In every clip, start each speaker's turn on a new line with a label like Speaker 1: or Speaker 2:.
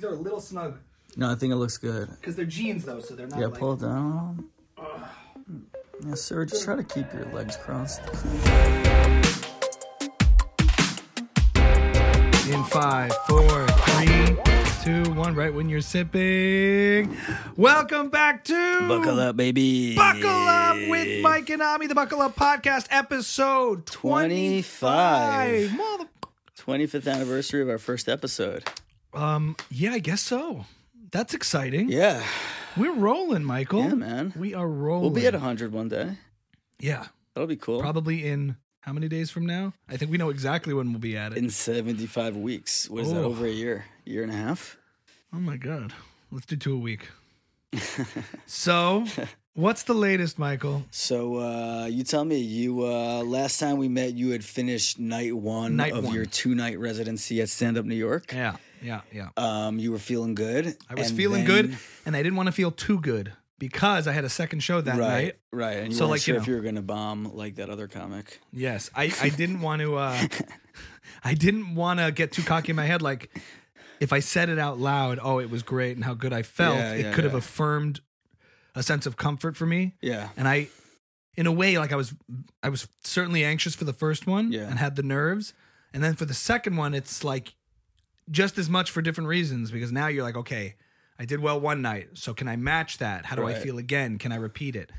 Speaker 1: they're a little snug
Speaker 2: No, I think it looks good.
Speaker 1: because they're jeans though, so they're not
Speaker 2: Yeah,
Speaker 1: like.
Speaker 2: pull it down. Yes, sir. Just try to keep your legs crossed.
Speaker 1: In five, four, three, two, one. Right when you're sipping. Welcome back to
Speaker 2: Buckle up, baby.
Speaker 1: Buckle up with Mike and Ami, the Buckle Up Podcast, episode 25.
Speaker 2: 25.
Speaker 1: Mother-
Speaker 2: 25th anniversary of our first episode.
Speaker 1: Um, yeah, I guess so. That's exciting.
Speaker 2: Yeah.
Speaker 1: We're rolling, Michael.
Speaker 2: Yeah, man.
Speaker 1: We are rolling.
Speaker 2: We'll be at 100 one day.
Speaker 1: Yeah,
Speaker 2: That'll be cool.
Speaker 1: probably in how many days from now? I think we know exactly when we'll be at it.
Speaker 2: In 75 weeks. What is that?
Speaker 1: Oh.
Speaker 2: Over a year? Year and a half?
Speaker 1: oh my God. Let's do two a week. so, what's the latest, Michael?
Speaker 2: So uh, you tell me, you uh, last time we met, you had finished night one
Speaker 1: Night
Speaker 2: of
Speaker 1: one.
Speaker 2: your two night residency at Stand Up New York.
Speaker 1: Yeah, yeah, yeah.
Speaker 2: Um, you were feeling good.
Speaker 1: I was
Speaker 2: and
Speaker 1: feeling
Speaker 2: then-
Speaker 1: good, and I didn't want to feel too good because I had a second show that
Speaker 2: right,
Speaker 1: night.
Speaker 2: right. And you
Speaker 1: So,
Speaker 2: weren't
Speaker 1: like, you
Speaker 2: sure if
Speaker 1: know-
Speaker 2: you were gonna bomb like that other comic.
Speaker 1: Yes, I, I didn't want to. Uh, I didn't want to get too cocky in my head. Like, if I said it out loud, oh, it was great, and how good I felt,
Speaker 2: Yeah,
Speaker 1: it
Speaker 2: yeah,
Speaker 1: could have
Speaker 2: yeah.
Speaker 1: affirmed a sense of comfort for me.
Speaker 2: Yeah,
Speaker 1: And I, in a way, like I was, I was certainly anxious for the first one,
Speaker 2: Yeah.
Speaker 1: and had the nerves, and then for the second one, it's like just as much for different reasons because now you're like, okay, I did well one night, so can I match that? How do I
Speaker 2: Right.
Speaker 1: feel again? Can I repeat it?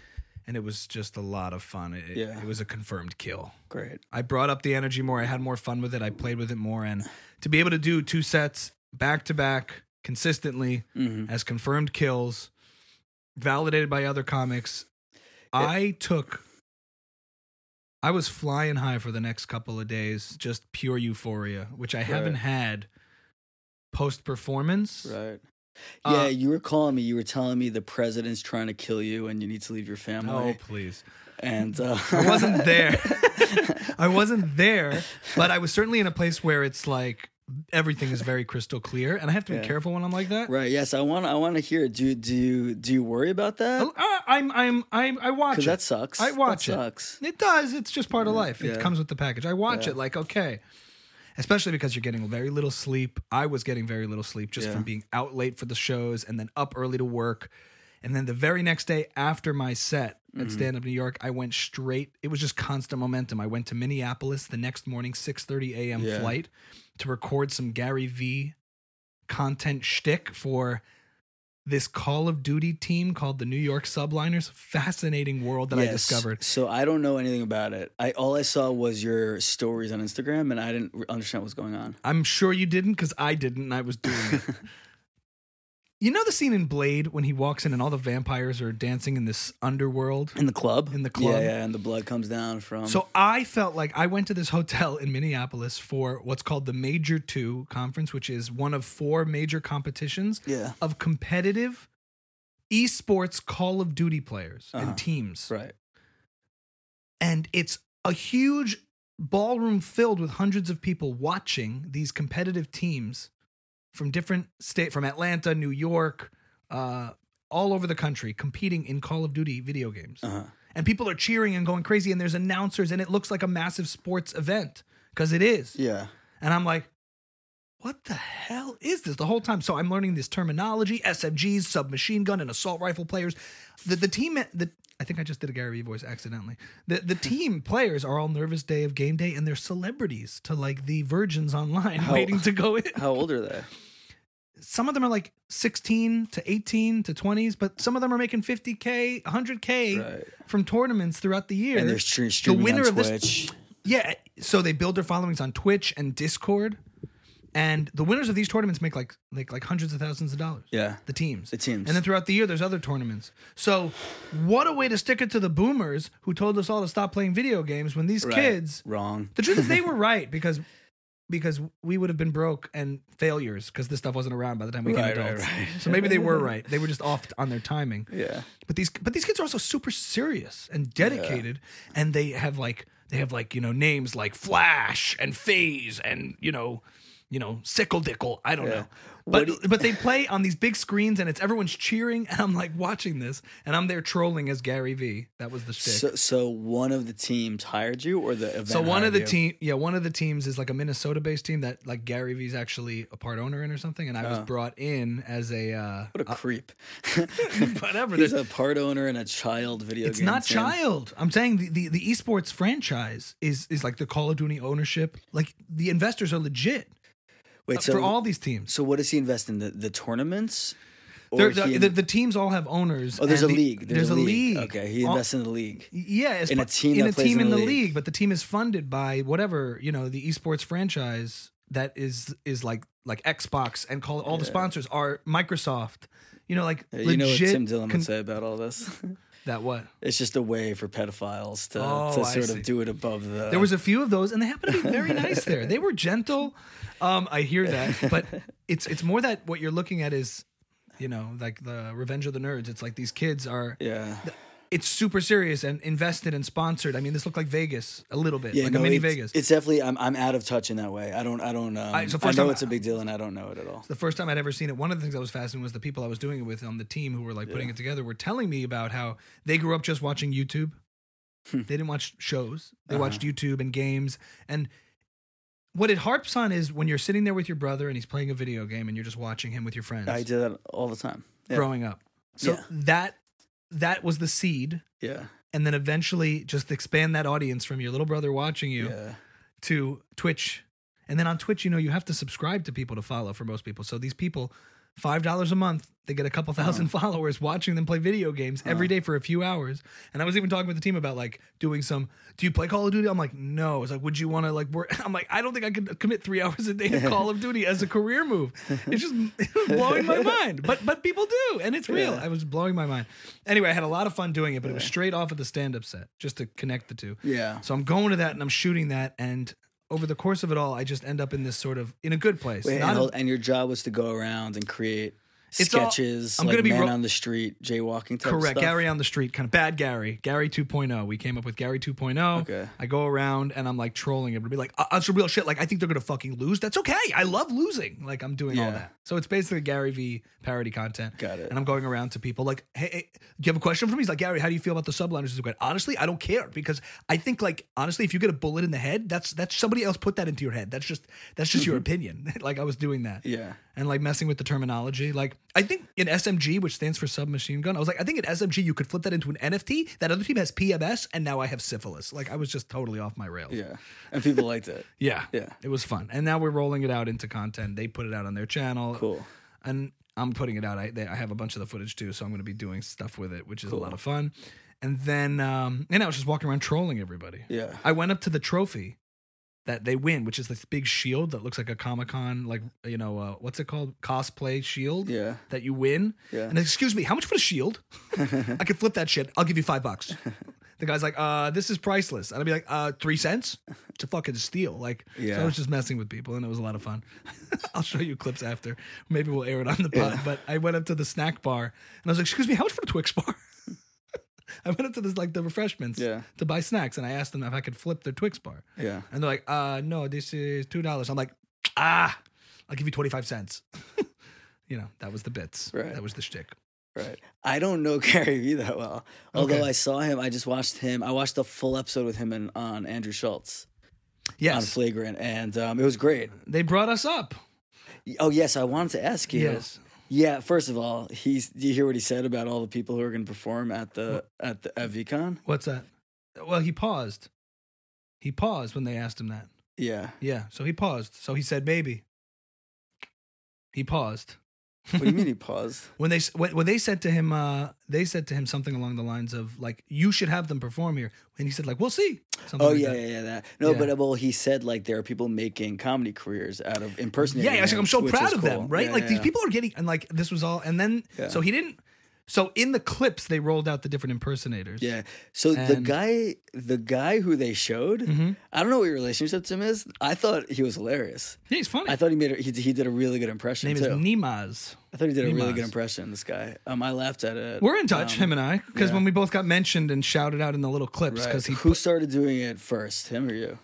Speaker 1: And it was just a lot of fun. It,
Speaker 2: Yeah.
Speaker 1: it was a confirmed kill.
Speaker 2: great.
Speaker 1: I brought up the energy more. I had more fun with it. I played with it more. And to be able to do two sets back to back consistently
Speaker 2: hmm
Speaker 1: as confirmed kills, validated by other comics, I took. I was flying high for the next couple of days, just pure euphoria, which I haven't
Speaker 2: Right.
Speaker 1: had post performance.
Speaker 2: Right.
Speaker 1: Uh,
Speaker 2: yeah, you were calling me. You were telling me the president's trying to kill you, and you need to leave
Speaker 1: Oh,
Speaker 2: your family.
Speaker 1: please.
Speaker 2: And uh,
Speaker 1: I wasn't there. I wasn't there, but I was certainly in a place where it's like everything is very crystal clear. And I have to be
Speaker 2: Yeah.
Speaker 1: careful when I'm like that.
Speaker 2: right. Yes, I want. I want to hear. Do do you do you worry about that?
Speaker 1: I, I'm, I'm, I'm, I watch
Speaker 2: Because
Speaker 1: it.
Speaker 2: that sucks.
Speaker 1: I watch
Speaker 2: that
Speaker 1: it.
Speaker 2: Sucks.
Speaker 1: It does. It's just part of life. It
Speaker 2: yeah.
Speaker 1: comes with the package. I watch
Speaker 2: Yeah.
Speaker 1: it like, okay. Especially because you're getting very little sleep. I was getting very little sleep just
Speaker 2: Yeah.
Speaker 1: from being out late for the shows and then up early to work. And then the very next day after my set
Speaker 2: Mm-hmm.
Speaker 1: at Stand Up New York, I went straight. It was just constant momentum. I went to Minneapolis the next morning, 6:30 a.m.
Speaker 2: Yeah.
Speaker 1: flight to record some Gary V content shtick for this Call of Duty team called the New York Subliners. Fascinating world that I
Speaker 2: Yes.
Speaker 1: discovered.
Speaker 2: So I don't know anything about it. I all I saw was your stories on Instagram, and I didn't re- understand what was going on.
Speaker 1: I'm sure you didn't because I didn't and I was doing it. you know the scene in Blade when he walks in and all the vampires are dancing in this underworld?
Speaker 2: In the club.
Speaker 1: In the club.
Speaker 2: Yeah, yeah. And the blood comes down from.
Speaker 1: So I felt like I went to this hotel in Minneapolis for what's called the Major Two Conference, which is one of four major competitions
Speaker 2: yeah.
Speaker 1: of competitive esports Call of Duty players
Speaker 2: Uh-huh.
Speaker 1: and teams.
Speaker 2: Right.
Speaker 1: and it's a huge ballroom filled with hundreds of people watching these competitive teams from different state from Atlanta, New York, uh, all over the country competing in Call of Duty video games.
Speaker 2: Uh huh.
Speaker 1: And people are cheering and going crazy and there's announcers and it looks like a massive sports event because it is.
Speaker 2: Yeah.
Speaker 1: And I'm like, what the hell is this the whole time? So I'm learning this terminology: SMGs, submachine gun, and assault rifle players. The the team the I think I just did a Gary Vee voice accidentally. The the team players are all nervous day of game day, and they're celebrities to like the virgins online
Speaker 2: How-
Speaker 1: waiting to go in.
Speaker 2: How old are they?
Speaker 1: Some of them are like 16 to 18 to 20s, but some of them are making 50k, 100k
Speaker 2: Right.
Speaker 1: from tournaments throughout the year.
Speaker 2: And they're stre- streaming
Speaker 1: winner
Speaker 2: on
Speaker 1: of this-
Speaker 2: Twitch.
Speaker 1: Yeah, so they build their followings on Twitch and Discord, and the winners of these tournaments make like like like hundreds of thousands of dollars.
Speaker 2: Yeah.
Speaker 1: The teams.
Speaker 2: The teams.
Speaker 1: And then throughout the year, there's other tournaments. So, what a way to stick it to the boomers who told us all to stop playing video games when these
Speaker 2: Right.
Speaker 1: kids.
Speaker 2: Wrong.
Speaker 1: The truth is, they were right because because we would have been broke and failures because this stuff wasn't around by the time we
Speaker 2: Right,
Speaker 1: became
Speaker 2: right,
Speaker 1: adults.
Speaker 2: right.
Speaker 1: So maybe they were right. They were just off on their timing.
Speaker 2: Yeah.
Speaker 1: But these but these kids are also super serious and dedicated, and they have like they have like you know names like Flash and Phase and you know you know, sickle dickle. I don't
Speaker 2: Yeah.
Speaker 1: know. But
Speaker 2: What
Speaker 1: but they play on these big screens and it's everyone's cheering and I'm like watching this and I'm there trolling as Gary V. That was the shtick. So,
Speaker 2: So, so one of the teams hired you, or the event
Speaker 1: one of
Speaker 2: hired
Speaker 1: the
Speaker 2: you?
Speaker 1: team, yeah, one of the teams is like a Minnesota based team that like Gary V's actually a part owner in or something, and I was
Speaker 2: Oh.
Speaker 1: brought in as a uh,
Speaker 2: What a creep!
Speaker 1: whatever.
Speaker 2: He's a part owner and a child video
Speaker 1: It's
Speaker 2: game.
Speaker 1: not
Speaker 2: team.
Speaker 1: child. I'm saying the, the, the esports franchise is is like the Call of Duty ownership. Like the investors are legit
Speaker 2: Wait,
Speaker 1: uh,
Speaker 2: so
Speaker 1: for all these teams.
Speaker 2: so what does he invest in? The the tournaments?
Speaker 1: They're-
Speaker 2: Or
Speaker 1: The,
Speaker 2: he
Speaker 1: the,
Speaker 2: in-
Speaker 1: the teams all have owners.
Speaker 2: oh, there's a
Speaker 1: and the-
Speaker 2: league.
Speaker 1: There's, a league.
Speaker 2: Okay, he
Speaker 1: All-
Speaker 2: invests in the league.
Speaker 1: yeah, as
Speaker 2: in a
Speaker 1: pa-
Speaker 2: team
Speaker 1: in
Speaker 2: that
Speaker 1: a
Speaker 2: plays
Speaker 1: team
Speaker 2: in
Speaker 1: in
Speaker 2: the
Speaker 1: the
Speaker 2: league.
Speaker 1: league, but the team is funded by whatever you know the esports franchise that is is like like Xbox and call all the sponsors are Microsoft. You know, like
Speaker 2: Uh, You know what
Speaker 1: legit
Speaker 2: Tim Dillon Uh,
Speaker 1: con-
Speaker 2: would say about all this?
Speaker 1: that what
Speaker 2: it's just a way for pedophiles to,
Speaker 1: Oh,
Speaker 2: to
Speaker 1: I
Speaker 2: sort
Speaker 1: see.
Speaker 2: of do it above the.
Speaker 1: There was a few of those, and they happened to be very nice there. They were gentle. Um, I hear that, but it's it's more that what you're looking at is, you know, like the Revenge of the Nerds. It's like these kids are.
Speaker 2: yeah.
Speaker 1: It's super serious and invested and sponsored. I mean, this looked like Vegas a little bit,
Speaker 2: Yeah,
Speaker 1: like
Speaker 2: no,
Speaker 1: a mini
Speaker 2: it's,
Speaker 1: Vegas.
Speaker 2: It's definitely I'm I'm out of touch in that way. I don't I don't um, I,
Speaker 1: so first
Speaker 2: know
Speaker 1: time-
Speaker 2: it's a big deal and I don't know it at all.
Speaker 1: the first time I'd ever seen it, one of the things that was fascinating was the people I was doing it with on the team who were like putting it together were telling me about how they grew up just watching YouTube.
Speaker 2: Hmm.
Speaker 1: they didn't watch shows.
Speaker 2: Uh-huh.
Speaker 1: They watched YouTube and games. And what it harps on is when you're sitting there with your brother and he's playing a video game and you're just watching him with your friends
Speaker 2: I do that all the time. Yeah.
Speaker 1: growing up. So
Speaker 2: Yeah.
Speaker 1: that that was the seed.
Speaker 2: Yeah.
Speaker 1: And then eventually just expand that audience from your little brother watching you
Speaker 2: Yeah.
Speaker 1: to Twitch. And then on Twitch, you know, you have to subscribe to people to follow for most people. So these people, $5 a month, they get a couple 1000 followers watching them play video games every day for a few hours. And I was even talking with the team about like doing some, do you play Call of Duty? I'm like, no. It's like, would you want to like work? I'm like, I don't think I could commit three hours a day to Call of Duty as a career move. It's just blowing my mind. But but people do, and it's real. I was blowing my mind. Anyway, I had a lot of fun doing it, but it was straight off of the stand-up set, just to connect the two.
Speaker 2: Yeah.
Speaker 1: So I'm going to that and I'm shooting that. And over the course of it all, I just end up in this sort of in a good place.
Speaker 2: Wait,
Speaker 1: Not
Speaker 2: and,
Speaker 1: a-
Speaker 2: hold- and your job was to go around and create
Speaker 1: It's all-
Speaker 2: sketches,
Speaker 1: I'm
Speaker 2: like
Speaker 1: gonna be
Speaker 2: men
Speaker 1: ro-
Speaker 2: on the street, jaywalking type
Speaker 1: correct.
Speaker 2: stuff.
Speaker 1: Gary on the street, kind of bad Gary. Gary 2.0. We came up with Gary 2.0.
Speaker 2: Okay.
Speaker 1: I go around and I'm like trolling everybody, like, uh, that's some real shit. Like, I think they're going to fucking lose. That's okay. I love losing. Like, I'm doing all
Speaker 2: Yeah.
Speaker 1: that. So it's basically Gary V parody content.
Speaker 2: Got it.
Speaker 1: And I'm going around to people like, hey, hey, do you have a question for me? He's like, Gary, how do you feel about the subliners? He's like, honestly, I don't care because I think like honestly, if you get a bullet in the head, that's that's somebody else put that into your head. That's just that's just your opinion. like I was doing that.
Speaker 2: Yeah.
Speaker 1: And like messing with the terminology. Like I think in SMG, which stands for submachine gun, I was like, I think in SMG you could flip that into an NFT. That other team has PMS, and now I have syphilis. Like I was just totally off my rails.
Speaker 2: Yeah. And people liked it.
Speaker 1: Yeah.
Speaker 2: Yeah.
Speaker 1: It was fun. And now we're rolling it out into content. They put it out on their channel.
Speaker 2: Cool.
Speaker 1: And I'm putting it out. I, they, I have a bunch of the footage too, so I'm going to be doing stuff with it, which is a lot of fun. And then, um, and I was just walking around trolling everybody.
Speaker 2: Yeah.
Speaker 1: I went up to the trophy that they win, which is this big shield that looks like a Comic Con, like, you know, uh, what's it called? Cosplay shield
Speaker 2: Yeah.
Speaker 1: that you win.
Speaker 2: Yeah.
Speaker 1: And excuse me, how much for the shield? I could flip that shit. I'll give you five bucks. The guy's like, uh, this is priceless. And I'd be like, uh, three cents? It's a fucking steal. Like, so
Speaker 2: Yeah.
Speaker 1: I was just messing with people and it was a lot of fun. I'll show you clips after. Maybe we'll air it on the pod. But I went up to the snack bar and I was like, excuse me, how much for the Twix bar? I went up to this, like the refreshments
Speaker 2: Yeah.
Speaker 1: to buy snacks and I asked them if I could flip their Twix bar.
Speaker 2: Yeah.
Speaker 1: And they're like, uh, no, this is $2. I'm like, ah, I'll give you 25 cents. you know, that was the bits.
Speaker 2: Right.
Speaker 1: That was the shtick.
Speaker 2: Right. I don't know Gary Vee that well. Although
Speaker 1: Okay.
Speaker 2: I saw him, I just watched him. I watched a full episode with him and on Andrew Schultz on
Speaker 1: Yes.
Speaker 2: Flagrant, and um, it was great.
Speaker 1: They brought us up.
Speaker 2: Oh yes, I wanted to ask you.
Speaker 1: Yes.
Speaker 2: Yeah. First of all, he's. Do you hear what he said about all the people who are going to perform at the at the at VCon?
Speaker 1: What's that? Well, he paused. He paused when they asked him that.
Speaker 2: Yeah.
Speaker 1: Yeah. So he paused. So he said, baby. He paused.
Speaker 2: What do you mean he paused?
Speaker 1: When they s- when, when they said to him, uh, they said to him something along the lines of like, "You should have them perform here," and he said, "Like, we'll see." Something
Speaker 2: Oh
Speaker 1: like
Speaker 2: yeah,
Speaker 1: that.
Speaker 2: yeah, yeah. That no,
Speaker 1: Yeah.
Speaker 2: but uh, well, he said like there are people making comedy careers out of impersonating.
Speaker 1: Yeah, I was like,
Speaker 2: him,
Speaker 1: I'm so
Speaker 2: which
Speaker 1: proud
Speaker 2: is
Speaker 1: of
Speaker 2: cool.
Speaker 1: them, right?
Speaker 2: Yeah,
Speaker 1: like
Speaker 2: yeah,
Speaker 1: these
Speaker 2: yeah.
Speaker 1: people are getting, and like this was all, and then
Speaker 2: Yeah.
Speaker 1: so he didn't. So in the clips, they rolled out the different impersonators.
Speaker 2: Yeah. So the
Speaker 1: And- Mm-hmm.
Speaker 2: guy, the guy who they showed, I don't know what your relationship to him is. I thought he was hilarious.
Speaker 1: yeah, he's funny.
Speaker 2: I thought he made a, he he did a really good impression
Speaker 1: Name
Speaker 2: too.
Speaker 1: is Nimaz.
Speaker 2: I thought he did a really
Speaker 1: Nimaz.
Speaker 2: good impression. This guy. Um, I laughed at it.
Speaker 1: We're in touch,
Speaker 2: Um,
Speaker 1: him and I, because
Speaker 2: yeah.
Speaker 1: when we both got mentioned and shouted out in the little clips, because
Speaker 2: right.
Speaker 1: he
Speaker 2: who started doing it first, him or you?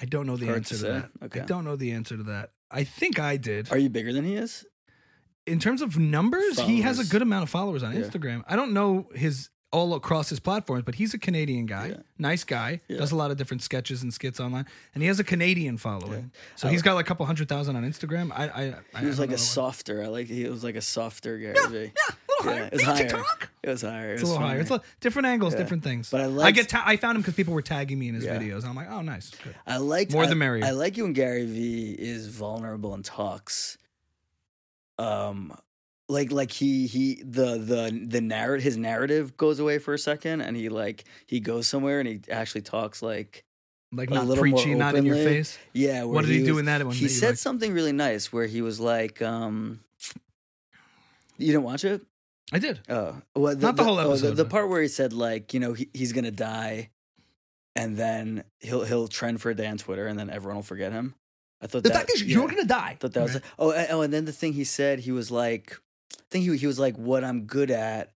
Speaker 1: I don't know the
Speaker 2: Hard
Speaker 1: answer
Speaker 2: to
Speaker 1: to,
Speaker 2: say.
Speaker 1: that.
Speaker 2: Okay.
Speaker 1: I don't know the answer to that. I think I did.
Speaker 2: Are you bigger than he is?
Speaker 1: In terms of numbers, he has a
Speaker 2: Followers.
Speaker 1: good amount of followers on
Speaker 2: Yeah.
Speaker 1: Instagram. I don't know his all across his platforms, but he's a Canadian guy,
Speaker 2: Yeah.
Speaker 1: nice guy,
Speaker 2: Yeah.
Speaker 1: does a lot of different sketches and skits online, and he has a Canadian following. So he's got like a couple hundred thousand on Instagram. I, I, I
Speaker 2: He was
Speaker 1: I don't
Speaker 2: like
Speaker 1: know.
Speaker 2: a softer. I like he was like a softer Gary Vee.
Speaker 1: yeah, a little
Speaker 2: Yeah,
Speaker 1: higher.
Speaker 2: it's
Speaker 1: Beat your
Speaker 2: higher.
Speaker 1: talk.
Speaker 2: It was higher. It
Speaker 1: It's a
Speaker 2: was
Speaker 1: little higher.
Speaker 2: funnier.
Speaker 1: It's a, different angles, different things.
Speaker 2: But I
Speaker 1: I
Speaker 2: liked-
Speaker 1: get. Ta- I found him because people were tagging me in his videos. And I'm like, oh, nice. Good.
Speaker 2: I like
Speaker 1: More
Speaker 2: I,
Speaker 1: the merrier.
Speaker 2: I like you when Gary Vee is vulnerable and talks. Um, like like he he the the the narrative his narrative goes away for a second and he like he goes somewhere and he actually talks like
Speaker 1: Like
Speaker 2: A
Speaker 1: not
Speaker 2: little more
Speaker 1: preachy, not in your
Speaker 2: openly.
Speaker 1: face.
Speaker 2: yeah. where
Speaker 1: What did he, do
Speaker 2: was-
Speaker 1: in that one? that
Speaker 2: He
Speaker 1: you
Speaker 2: said
Speaker 1: liked?
Speaker 2: something really nice where he was like, um, you didn't watch it?
Speaker 1: I did.
Speaker 2: Oh, well,
Speaker 1: Not the whole
Speaker 2: oh,
Speaker 1: episode,
Speaker 2: the,
Speaker 1: but-
Speaker 2: part where he said like, you know, he, he's gonna die, and then he'll he'll trend for a day on Twitter, and then everyone will forget him. I thought
Speaker 1: The
Speaker 2: that,
Speaker 1: fact is,
Speaker 2: yeah,
Speaker 1: you're gonna die.
Speaker 2: I thought that was
Speaker 1: Right.
Speaker 2: oh and- oh, and then the thing he said, he was like, I think he he was like, what I'm good at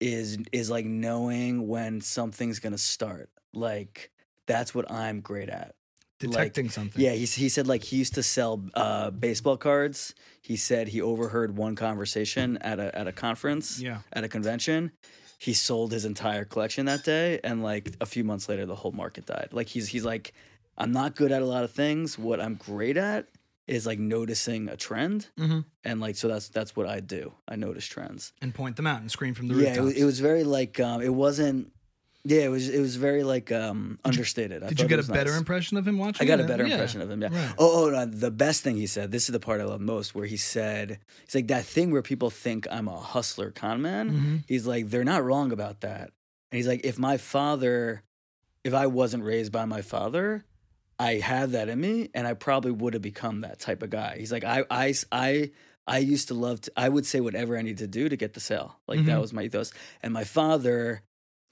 Speaker 2: is is like knowing when something's gonna start. Like that's what I'm great at. like-
Speaker 1: detecting something.
Speaker 2: Yeah, he, s- he said like he used to sell uh, baseball cards. He said he overheard one conversation at a at a conference,
Speaker 1: Yeah.
Speaker 2: at a convention. He sold his entire collection that day, and like a few months later, the whole market died. Like he's he's like, I'm not good at a lot of things. What I'm great at is like noticing a trend,
Speaker 1: hmm
Speaker 2: and like so that's that's what I do. I notice trends.
Speaker 1: And point them out and scream from the
Speaker 2: yeah, it
Speaker 1: rooftops.
Speaker 2: was, it was very like um, it wasn't. Yeah, it was it was very like um, understated. I
Speaker 1: Did you
Speaker 2: thought it
Speaker 1: get a
Speaker 2: was
Speaker 1: better
Speaker 2: nice.
Speaker 1: impression of him watching?
Speaker 2: I got
Speaker 1: it?
Speaker 2: a better
Speaker 1: Yeah.
Speaker 2: impression of him. Yeah.
Speaker 1: Right.
Speaker 2: Oh, oh no, the best thing he said. This is the part I love most, where he said, "He's like that thing where people think I'm a hustler con man."
Speaker 1: Mhm.
Speaker 2: He's like, "They're not wrong about that." And he's like, "If my father, if I wasn't raised by my father, I have that in me, and I probably would have become that type of guy." He's like, "I, I, I." I used to love to, I would say whatever I need to do to get the sale. Like that
Speaker 1: Mhm.
Speaker 2: was my ethos. And my father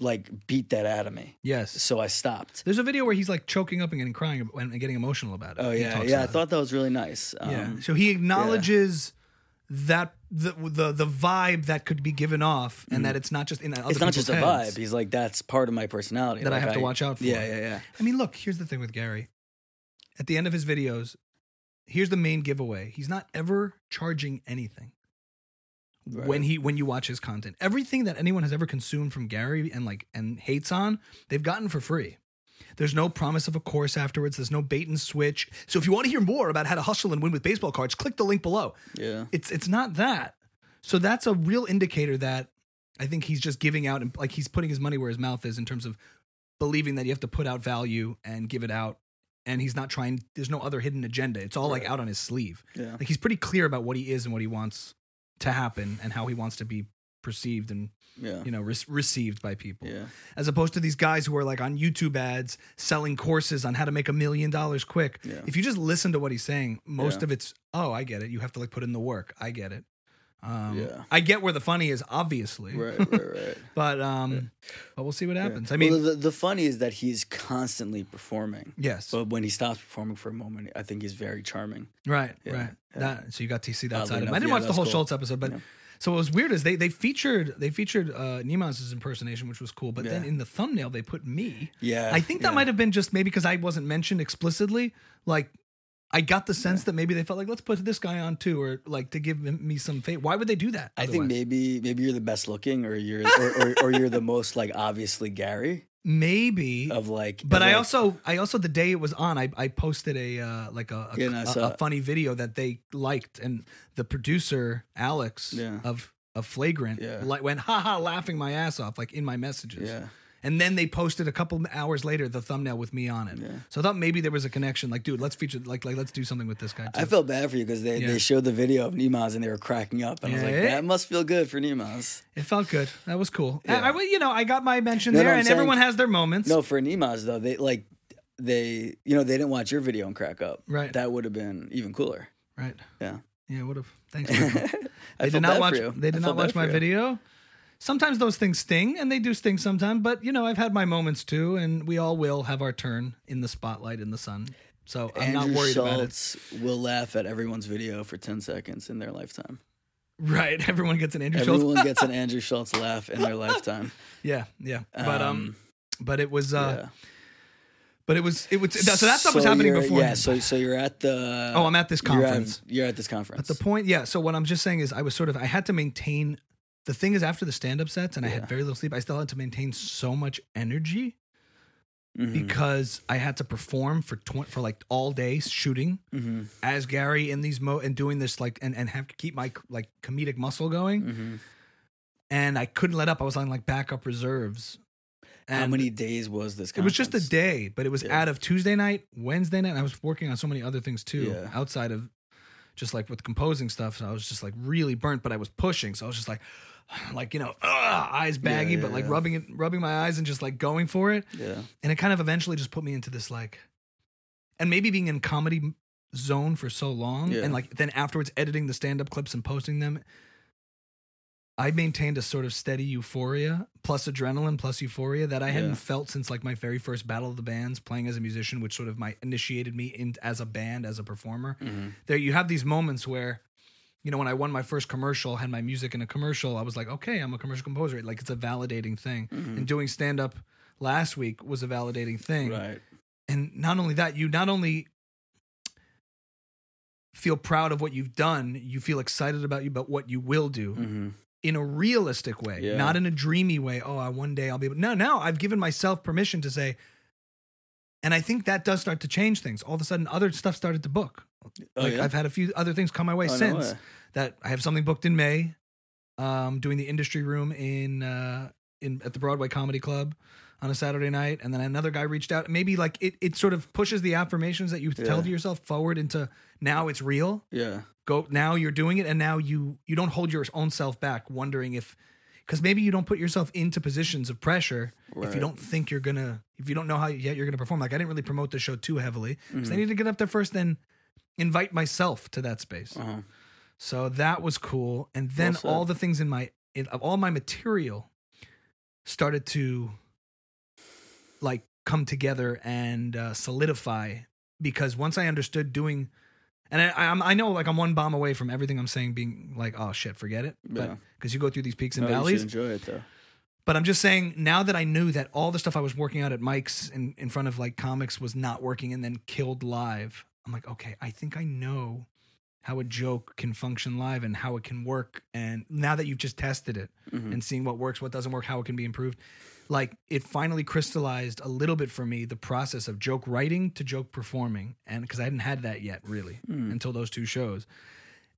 Speaker 2: like beat that out of me.
Speaker 1: Yes.
Speaker 2: So I stopped.
Speaker 1: There's a video where he's like choking up and getting crying and getting emotional about it.
Speaker 2: Oh
Speaker 1: He
Speaker 2: yeah,
Speaker 1: talks
Speaker 2: yeah. I
Speaker 1: about it.
Speaker 2: thought that was really nice. Um,
Speaker 1: yeah. So he acknowledges that the, the the vibe that could be given off, and that it's not just in other
Speaker 2: Mm-hmm. it's not
Speaker 1: people's
Speaker 2: just a
Speaker 1: heads.
Speaker 2: vibe. He's like, that's part of my personality
Speaker 1: That I
Speaker 2: Like,
Speaker 1: have to watch out for.
Speaker 2: Yeah, yeah, yeah.
Speaker 1: I mean, look, here's the thing with Gary. At the end of his videos, here's the main giveaway. He's not ever charging anything.
Speaker 2: Right.
Speaker 1: When he when you watch his content, everything that anyone has ever consumed from Gary and like and hates on, they've gotten for free. There's no promise of a course afterwards. There's no bait and switch. So if you want to hear more about how to hustle and win with baseball cards, click the link below.
Speaker 2: Yeah.
Speaker 1: It's it's not that. So that's a real indicator that I think he's just giving out and like he's putting his money where his mouth is in terms of believing that you have to put out value and give it out. And he's not trying. There's no other hidden agenda. It's all like
Speaker 2: Right.
Speaker 1: out on his sleeve.
Speaker 2: Yeah.
Speaker 1: Like he's pretty clear about what he is and what he wants to happen and how he wants to be perceived and
Speaker 2: Yeah.
Speaker 1: you know re- received by people
Speaker 2: Yeah.
Speaker 1: as opposed to these guys who are like on YouTube ads selling courses on how to make a million dollars quick.
Speaker 2: Yeah.
Speaker 1: If you just listen to what he's saying, most
Speaker 2: Yeah.
Speaker 1: of it's oh, I get it. You have to like put in the work. I get it. Um,
Speaker 2: Yeah.
Speaker 1: I get where the funny is, obviously.
Speaker 2: Right, right, right.
Speaker 1: But um, but we'll see what happens. I
Speaker 2: I mean,
Speaker 1: mean,
Speaker 2: well, the, the funny is that he's constantly performing.
Speaker 1: yes,
Speaker 2: But when he stops performing for a moment, I think he's very charming.
Speaker 1: right,
Speaker 2: yeah,
Speaker 1: right.
Speaker 2: yeah.
Speaker 1: That so you got to see that
Speaker 2: Oddly
Speaker 1: side of him.
Speaker 2: enough,
Speaker 1: I didn't
Speaker 2: yeah,
Speaker 1: watch the
Speaker 2: that's
Speaker 1: whole
Speaker 2: cool.
Speaker 1: Schultz episode, but
Speaker 2: Yeah.
Speaker 1: so what was weird is they they featured they featured uh, Niemann's impersonation, which was cool. But then
Speaker 2: Yeah. Uh,
Speaker 1: in the thumbnail they put me.
Speaker 2: Yeah.
Speaker 1: I think that might have been just maybe because I wasn't mentioned explicitly. Like, I got the sense that maybe they felt like let's put this guy on too, or like to give him- me some fate. Why would they do that?
Speaker 2: I think
Speaker 1: otherwise?
Speaker 2: maybe maybe you're the best looking, or you're or, or, or you're the most like obviously Gary
Speaker 1: maybe.
Speaker 2: of like.
Speaker 1: but
Speaker 2: of,
Speaker 1: I
Speaker 2: like-
Speaker 1: also, I also the day it was on, I, I posted a uh, like a a,
Speaker 2: Yeah, no, I
Speaker 1: a-
Speaker 2: saw
Speaker 1: a
Speaker 2: it.
Speaker 1: funny video that they liked, and the producer Alex
Speaker 2: Yeah.
Speaker 1: of of Flagrant
Speaker 2: Yeah.
Speaker 1: like went ha ha laughing my ass off like in my messages,
Speaker 2: yeah
Speaker 1: and then they posted a couple hours later the thumbnail with me on it.
Speaker 2: yeah.
Speaker 1: So I thought maybe there was a connection, like dude, let's feature like like let's do something with this guy. Too.
Speaker 2: I felt bad for you because they,
Speaker 1: Yeah.
Speaker 2: they showed the video of Nemoz and they were cracking up, and I was like,
Speaker 1: Yeah.
Speaker 2: that must feel good for Nemoz.
Speaker 1: It felt good. That was cool. I-
Speaker 2: Yeah.
Speaker 1: I, would- you know, I got my mention
Speaker 2: No, no,
Speaker 1: there,
Speaker 2: I'm
Speaker 1: and
Speaker 2: saying-
Speaker 1: everyone has their moments.
Speaker 2: No, for Nemoz though, they like they you know they didn't watch your video and crack up.
Speaker 1: Right.
Speaker 2: That would have been even cooler.
Speaker 1: Right.
Speaker 2: Yeah.
Speaker 1: Yeah. What if? Thanks.
Speaker 2: I
Speaker 1: Michael. they
Speaker 2: felt
Speaker 1: did
Speaker 2: bad
Speaker 1: not
Speaker 2: for
Speaker 1: watch.
Speaker 2: you.
Speaker 1: They
Speaker 2: I
Speaker 1: did not
Speaker 2: felt bad
Speaker 1: watch
Speaker 2: for
Speaker 1: my
Speaker 2: you.
Speaker 1: video. Sometimes those things sting, and they do sting sometimes. But you know, I've had my moments too, and we all will have our turn in the spotlight in the sun. So I'm
Speaker 2: Andrew
Speaker 1: not worried about it.
Speaker 2: Schultz will laugh at everyone's video for ten seconds in their lifetime.
Speaker 1: Right. Everyone gets an Andrew Schultz.
Speaker 2: Everyone gets an Andrew Schultz laugh in their lifetime. Um,
Speaker 1: Yeah. Yeah. But um, but it was um, uh,
Speaker 2: yeah.
Speaker 1: But it was it was that- so that stuff was
Speaker 2: So
Speaker 1: happening
Speaker 2: you're-
Speaker 1: before.
Speaker 2: Yeah. So so you're at the.
Speaker 1: oh, I'm at this
Speaker 2: you're at-
Speaker 1: conference.
Speaker 2: You're at, this conference.
Speaker 1: The point, yeah. So what I'm just saying is, I was sort of I had to maintain. The thing is, after the stand-up sets, and I had
Speaker 2: Yeah.
Speaker 1: very little sleep, I still had to maintain so much energy
Speaker 2: Mhm,
Speaker 1: because I had to perform for tw- for like all day shooting
Speaker 2: mhm,
Speaker 1: as Gary in these mo and doing this like and and have to keep my like comedic muscle going,
Speaker 2: mhm.
Speaker 1: and I couldn't let up. I was on like backup reserves.
Speaker 2: How many days was this?
Speaker 1: It
Speaker 2: Conference?
Speaker 1: was just a day, but it was
Speaker 2: Yeah.
Speaker 1: out of Tuesday night, Wednesday night. and I was working on so many other things too,
Speaker 2: Yeah.
Speaker 1: outside of just like with composing stuff. So I was just like really burnt, but I was pushing. So I was just like, like you know, ugh, eyes baggy,
Speaker 2: yeah,
Speaker 1: but like
Speaker 2: yeah.
Speaker 1: rubbing it, rubbing my eyes, and just like going for it.
Speaker 2: Yeah.
Speaker 1: And it kind of eventually just put me into this like, and maybe being in comedy zone for so long,
Speaker 2: Yeah.
Speaker 1: and like then afterwards editing the stand up clips and posting them. I maintained a sort of steady euphoria, plus adrenaline, plus euphoria that I hadn't
Speaker 2: Yeah.
Speaker 1: felt since like my very first battle of the bands, playing as a musician, which sort of my initiated me in as a band, as a performer.
Speaker 2: mhm.
Speaker 1: There you have these moments where, you know, when I won my first commercial, had my music in a commercial, I was like, okay, I'm a commercial composer. Like it's a validating thing
Speaker 2: mm-hmm. Mm.
Speaker 1: and doing stand up last week was a validating thing.
Speaker 2: Right.
Speaker 1: And not only that, you not only feel proud of what you've done, you feel excited about you about what you will do
Speaker 2: Mm-hmm.
Speaker 1: in a realistic way,
Speaker 2: Yeah.
Speaker 1: not in a dreamy way. Oh, I, one day I'll be able. No, no, I've given myself permission to say. And I think that does start to change things. All of a sudden, other stuff started to book.
Speaker 2: Oh,
Speaker 1: like
Speaker 2: yeah?
Speaker 1: I've had a few other things come my way
Speaker 2: Oh, no
Speaker 1: since
Speaker 2: way.
Speaker 1: that I have something booked in May. Um, doing the industry room in uh, in at the Broadway Comedy Club on a Saturday night, and then another guy reached out. Maybe like it, it sort of pushes the affirmations that you tell
Speaker 2: Yeah.
Speaker 1: to yourself forward into now it's real.
Speaker 2: Yeah.
Speaker 1: Go now you're doing it, and now you you don't hold your own self back, wondering if because maybe you don't put yourself into positions of pressure if you
Speaker 2: Right.
Speaker 1: don't think you're gonna if you don't know how yet you're gonna perform. Like I didn't really promote the show too heavily, because I
Speaker 2: Mhm.
Speaker 1: need to get up there first, then invite myself to that space.
Speaker 2: Uh-huh.
Speaker 1: So that was cool. And then
Speaker 2: Well said.
Speaker 1: all the things in my in, of all my material started to like come together and uh, solidify because once I understood doing and I, I'm, I know like I'm one bomb away from everything I'm saying being like oh shit forget it
Speaker 2: Yeah.
Speaker 1: but because you go through these peaks and
Speaker 2: No, you should
Speaker 1: valleys
Speaker 2: enjoy it though.
Speaker 1: but I'm just saying now that I knew that all the stuff I was working out at Mike's in, in front of like comics was not working and then killed live, I'm like, okay, I think I know how a joke can function live and how it can work. And now that you've just tested it
Speaker 2: Mhm.
Speaker 1: and seeing what works, what doesn't work, how it can be improved, like it finally crystallized a little bit for me the process of joke writing to joke performing. And because I hadn't had that yet really
Speaker 2: Mm.
Speaker 1: until those two shows.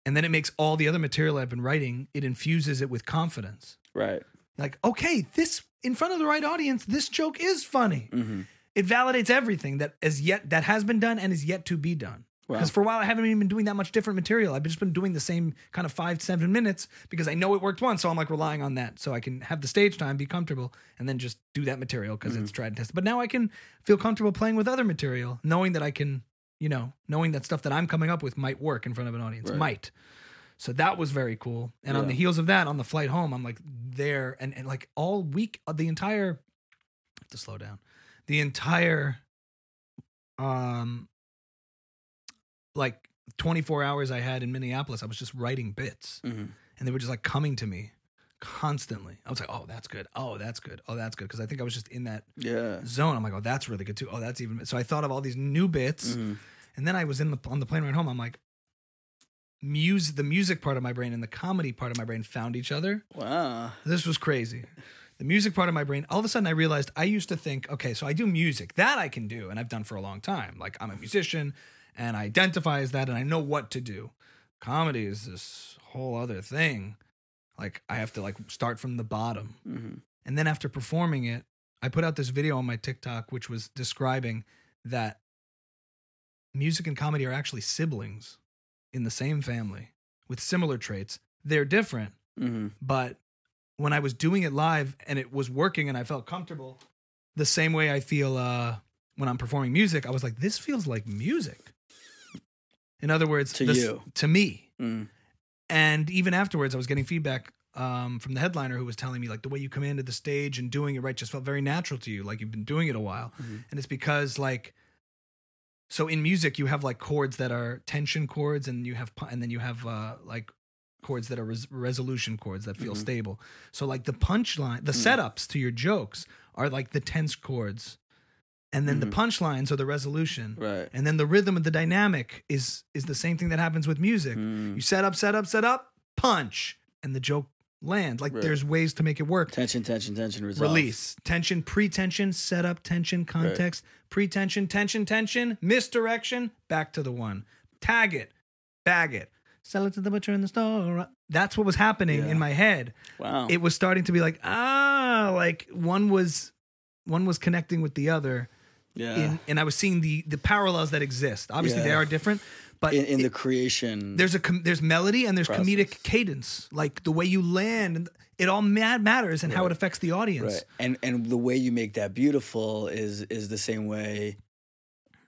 Speaker 1: And then it makes all the other material I've been writing, it infuses it with confidence
Speaker 2: Right.
Speaker 1: like okay this in front of the right audience this joke is funny
Speaker 2: Mm-hmm.
Speaker 1: it validates everything that is yet that has been done and is yet to be done
Speaker 2: Wow.
Speaker 1: because for a while i haven't even been doing that much different material i've just been doing the same kind of five seven minutes because i know it worked once so i'm like relying on that so i can have the stage time be comfortable and then just do that material because
Speaker 2: Mm-hmm.
Speaker 1: it's tried and tested but now i can feel comfortable playing with other material knowing that i can you know knowing that stuff that i'm coming up with might work in front of an audience
Speaker 2: Right.
Speaker 1: might so that was very cool. And on
Speaker 2: Yeah.
Speaker 1: the heels of that, on the flight home, I'm like there and, and like all week, uh, the entire I have to slow down. The entire um like 24 hours I had in Minneapolis, I was just writing bits
Speaker 2: Mm-hmm.
Speaker 1: and they were just like coming to me constantly. I was like, "Oh, that's good. Oh, that's good. Oh, that's good." Cuz I think I was just in that
Speaker 2: Yeah.
Speaker 1: zone. I'm like, "Oh, that's really good too. Oh, that's even." So I thought of all these new bits.
Speaker 2: Mhm.
Speaker 1: And then I was in the on the plane ride home. I'm like, muse the music part of my brain and the comedy part of my brain found each other.
Speaker 2: Wow.
Speaker 1: This was crazy. The music part of my brain, all of a sudden I realized I used to think, okay, so I do music. That I can do and I've done for a long time. Like I'm a musician and I identify as that and I know what to do. Comedy is this whole other thing. Like I have to like start from the bottom.
Speaker 2: Mm-hmm.
Speaker 1: And then after performing it, I put out this video on my TikTok, which was describing that music and comedy are actually siblings in the same family with similar traits. They're different,
Speaker 2: Mm-hmm.
Speaker 1: but when I was doing it live and it was working and I felt comfortable, the same way I feel uh, when I'm performing music, I was like, this feels like music. In other words,
Speaker 2: To
Speaker 1: this-
Speaker 2: you.
Speaker 1: to me,
Speaker 2: Mm.
Speaker 1: and even afterwards, I was getting feedback um, from the headliner who was telling me like the way you commanded the stage and doing it right just felt very natural to you. Like you've been doing it a while,
Speaker 2: Mhm.
Speaker 1: and it's because like so in music you have like chords that are tension chords, and you have pu- and then you have uh, like chords that are res- resolution chords that feel
Speaker 2: Mhm.
Speaker 1: stable. So like the punchline, the
Speaker 2: Mhm.
Speaker 1: setups to your jokes are like the tense chords. and then the punchlines are the resolution.
Speaker 2: Mm-hmm. Right.
Speaker 1: And then the rhythm and the dynamic is is the same thing that happens with music.
Speaker 2: Mm-hmm. Mm.
Speaker 1: You set up, set up, set up, punch, and the joke lands. Like
Speaker 2: Right.
Speaker 1: there's ways to make it work.
Speaker 2: Tension, tension, tension, resolve.
Speaker 1: Release, tension, pre-tension, setup, tension, context, pre-tension, tension, tension, misdirection, back to the one. Tag it, bag it, sell it to the butcher in the store. That's what was happening
Speaker 2: Yeah. Oh.
Speaker 1: in my head.
Speaker 2: Wow.
Speaker 1: It was starting to be like ah, like one was one was connecting with the other,
Speaker 2: yeah.
Speaker 1: in, and I was seeing the the parallels that exist. Obviously, they
Speaker 2: Yeah.
Speaker 1: are different, but
Speaker 2: in, in the creation.
Speaker 1: uh, there's a com- there's melody and there's
Speaker 2: Process.
Speaker 1: comedic cadence, like the way you land. and It all mad matters and how it affects the audience.
Speaker 2: right. And and the way you make that beautiful is is the same way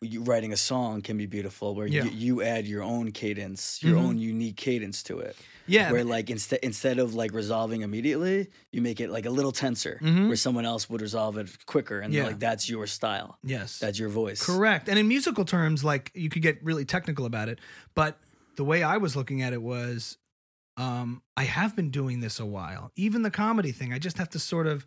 Speaker 2: you writing a song can be beautiful, where
Speaker 1: Yeah.
Speaker 2: you, you add your own cadence, your
Speaker 1: Mhm.
Speaker 2: own unique cadence to it.
Speaker 1: Yeah,
Speaker 2: where like instead instead of like resolving immediately, you make it like a little tenser,
Speaker 1: Mhm.
Speaker 2: where someone else would resolve it quicker, and they're
Speaker 1: Yeah.
Speaker 2: like that's your style,
Speaker 1: yes,
Speaker 2: that's your voice.
Speaker 1: correct. And in musical terms, like you could get really technical about it, but the way I was looking at it was, um, I have been doing this a while. Even the comedy thing, I just have to sort of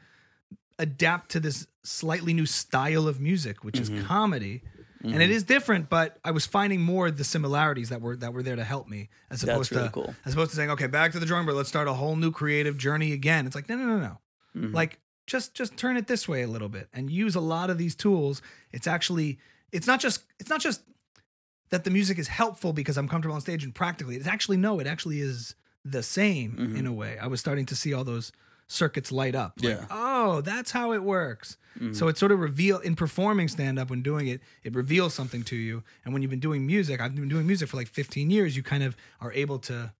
Speaker 1: adapt to this slightly new style of music, which
Speaker 2: Mm-hmm.
Speaker 1: is comedy. And it is different, but I was finding more the similarities that were that were there to help me, as
Speaker 2: That's
Speaker 1: opposed
Speaker 2: really
Speaker 1: to
Speaker 2: cool.
Speaker 1: as opposed to saying, okay, back to the drawing board, let's start a whole new creative journey again. It's like no, no, no, no.
Speaker 2: Mhm.
Speaker 1: Like just just turn it this way a little bit and use a lot of these tools. It's actually it's not just it's not just that the music is helpful because I'm comfortable on stage and practically it's actually no, it actually is the same in a way. I was starting to see all those circuits light up. Like,
Speaker 2: Yeah.
Speaker 1: oh, that's how it works.
Speaker 2: Mm-hmm.
Speaker 1: So
Speaker 2: Mm.
Speaker 1: it sort of reveal in performing stand up when doing it, it reveals something to you. And when you've been doing music, I've been doing music for like 15 years, you kind of are able to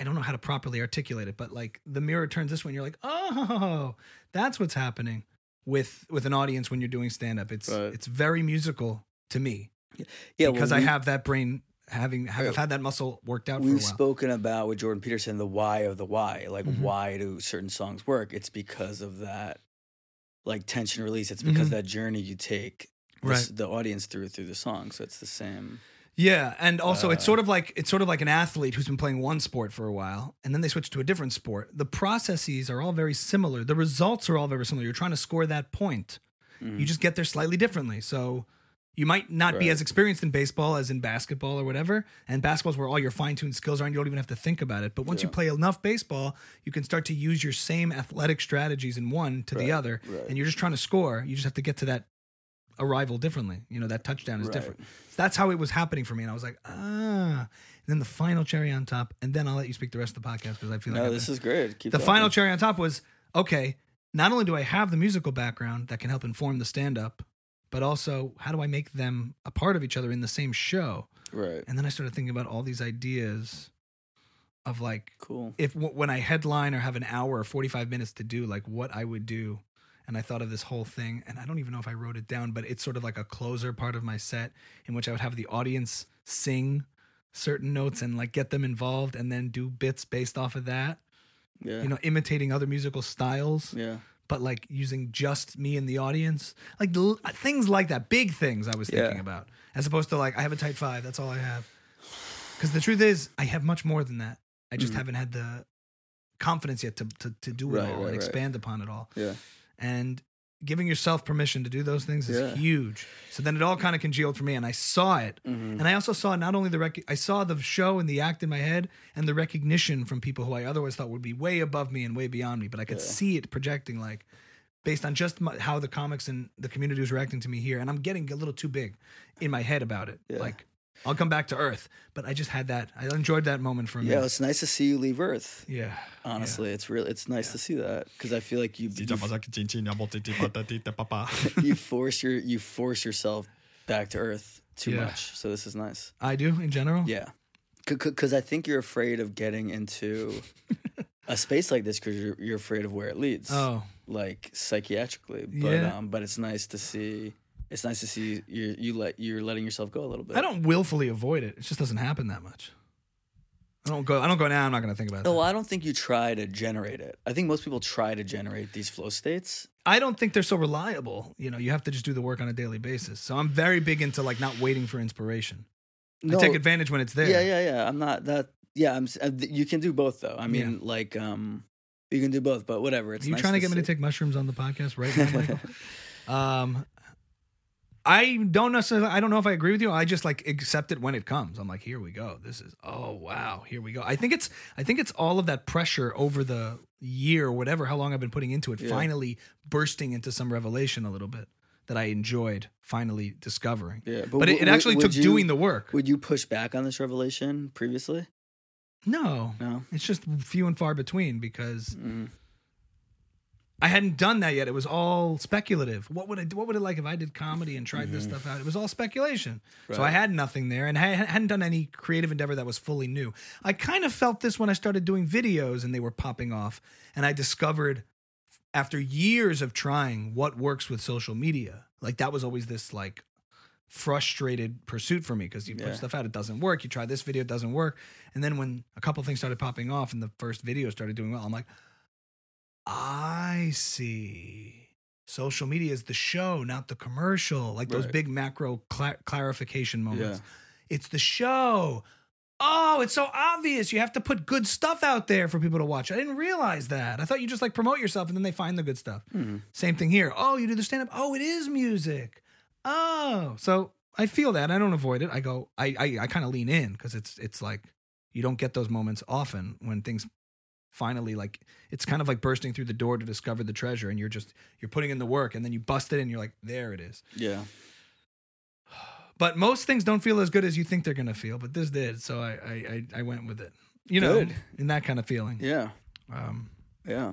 Speaker 1: I don't know how to properly articulate it, but like the mirror turns this way and you're like, "Oh, that's what's happening." With with an audience when you're doing stand up, it's
Speaker 2: Right.
Speaker 1: it's very musical to me
Speaker 2: Mm-hmm. yeah, well,
Speaker 1: because I
Speaker 2: we-
Speaker 1: have that brain having have, I've had that muscle worked out for a while. Mm-hmm.
Speaker 2: We've spoken about with Jordan Peterson the why of the why, like why do certain songs work? It's because of that, like tension release. It's because
Speaker 1: Mhm.
Speaker 2: that journey you take, this, the audience through through the song. So it's the same.
Speaker 1: Yeah, and also it's
Speaker 2: Uh,
Speaker 1: sort of like it's sort of like an athlete who's been playing one sport for a while and then they switch to a different sport. The processes are all very similar. The results are all very similar. You're trying to score that point.
Speaker 2: mm,
Speaker 1: You just get there slightly differently. So you might not be
Speaker 2: Mm-hmm. Right.
Speaker 1: as experienced in baseball as in basketball or whatever. And basketball's where all your fine-tuned skills are and you don't even have to think about it. But once you
Speaker 2: Yeah.
Speaker 1: play enough baseball, you can start to use your same athletic strategies in one to the
Speaker 2: Right,
Speaker 1: other.
Speaker 2: right.
Speaker 1: And you're just trying to score. You just have to get to that arrival differently. You know, that touchdown is
Speaker 2: Right.
Speaker 1: different. That's how it was happening for me. And I was like, ah. And then the final cherry on top, and then I'll let you speak the rest of the podcast because I feel like
Speaker 2: No,
Speaker 1: I've
Speaker 2: this
Speaker 1: been-
Speaker 2: is great. Keep
Speaker 1: the
Speaker 2: talking.
Speaker 1: final cherry on top was okay, not only do I have the musical background that can help inform the stand up, but also how do I make them a part of each other in the same show?
Speaker 2: right?
Speaker 1: And then I started thinking about all these ideas of like,
Speaker 2: Cool.
Speaker 1: if w- when I headline or have an hour or 45 minutes to do, like what I would do. And I thought of this whole thing, and I don't even know if I wrote it down, but it's sort of like a closer part of my set in which I would have the audience sing certain notes and like get them involved and then do bits based off of that,
Speaker 2: Yeah,
Speaker 1: you know, imitating other musical styles,
Speaker 2: yeah.
Speaker 1: but like using just me and the audience, like l- uh, things like that, big things I was thinking
Speaker 2: Yeah.
Speaker 1: about, as opposed to like, I have a tight five, that's all I have. Because the truth is, I have much more than that. I just
Speaker 2: Mhm.
Speaker 1: haven't had the confidence yet to to, to do it
Speaker 2: Right,
Speaker 1: all
Speaker 2: right,
Speaker 1: and
Speaker 2: right.
Speaker 1: expand upon it all.
Speaker 2: Yeah.
Speaker 1: And giving yourself permission to do those things is
Speaker 2: Yeah.
Speaker 1: huge. So then it all kind of congealed for me, and I saw it.
Speaker 2: Mhm.
Speaker 1: Mm. And I also saw not only the rec- I saw the show and the act in my head and the recognition from people who I otherwise thought would be way above me and way beyond me, but I could
Speaker 2: Yeah.
Speaker 1: see it projecting like based on just my, how the comics and the community was reacting to me here and I'm getting a little too big in my head about it.
Speaker 2: Yeah.
Speaker 1: Like I'll come back to earth, but I just had that I enjoyed that moment for me.
Speaker 2: Yeah, it's nice to see you leave Earth.
Speaker 1: yeah.
Speaker 2: Honestly, it's really it's nice to see that because I feel like you you, you force your you force yourself back to Earth too
Speaker 1: Yeah.
Speaker 2: much. So this is nice.
Speaker 1: I do in general.
Speaker 2: Yeah. Because I think you're afraid of getting into a space like this because you're, you're afraid of where it leads,
Speaker 1: Oh,
Speaker 2: like psychiatrically. But
Speaker 1: Yeah.
Speaker 2: um, but it's nice to see. It's nice to see you you let you're letting yourself go a little bit.
Speaker 1: I don't willfully avoid it. It just doesn't happen that much. I don't go. I don't go now. I'm not going to think about it.
Speaker 2: No, I don't think you try to generate it. I think most people try to generate these flow states.
Speaker 1: I don't think they're so reliable. You know, you have to just do the work on a daily basis. So I'm very big into like not waiting for inspiration.
Speaker 2: No,
Speaker 1: I take advantage when it's there.
Speaker 2: Yeah, yeah, yeah. I'm not that. Yeah, I'm. s- uh, th- You can do both though. I mean, like um, you can do both, but whatever. It's
Speaker 1: Are you
Speaker 2: nice
Speaker 1: trying to get me
Speaker 2: see.
Speaker 1: to take mushrooms on the podcast right now, Michael? um, I don't necessarily. I don't know if I agree with you. I just like accept it when it comes. I'm like, here we go. This is oh wow, here we go. I think it's I think it's all of that pressure over the year, whatever, how long I've been putting into it,
Speaker 2: Yeah.
Speaker 1: finally bursting into some revelation a little bit that I enjoyed finally discovering.
Speaker 2: Yeah,
Speaker 1: But it, it
Speaker 2: w-
Speaker 1: actually
Speaker 2: would
Speaker 1: took
Speaker 2: you-
Speaker 1: doing the work.
Speaker 2: Would you push back on this revelation previously?
Speaker 1: No,
Speaker 2: No.
Speaker 1: it's just few and far between because
Speaker 2: Mm.
Speaker 1: I hadn't done that yet. It was all speculative. What would I? What would it like if I did comedy and tried this stuff out? It was all speculation. So I
Speaker 2: Mm-hmm. Right.
Speaker 1: had nothing there, and I hadn't done any creative endeavor that was fully new. I kind of felt this when I started doing videos, and they were popping off, and I discovered after years of trying what works with social media. Like that was always this like frustrated pursuit for me because you
Speaker 2: Yeah.
Speaker 1: put stuff out, it doesn't work. You try this video, it doesn't work. And then when a couple things started popping off and the first video started doing well, I'm like, I see. Social media is the show, not the commercial. Like those
Speaker 2: Right.
Speaker 1: big macro cla- clarification
Speaker 2: Yeah.
Speaker 1: moments. It's the show. Oh, it's so obvious. You have to put good stuff out there for people to watch. I didn't realize that. I thought you just like promote yourself and then they find the good stuff.
Speaker 2: Hmm.
Speaker 1: Same thing here. Oh, you do the stand up. Oh, it is music. Oh, so I feel that. I don't avoid it. I go. I I, I kind of lean in because it's it's like you don't get those moments often when things finally like it's kind of like bursting through the door to discover the treasure and you're just you're putting in the work and then you bust it and you're like there it is.
Speaker 2: Yeah.
Speaker 1: But most things don't feel as good as you think they're gonna feel. But this did, so I I I, I went with it. You know,
Speaker 2: Good.
Speaker 1: in that kind of feeling.
Speaker 2: Yeah.
Speaker 1: Um,
Speaker 2: Yeah.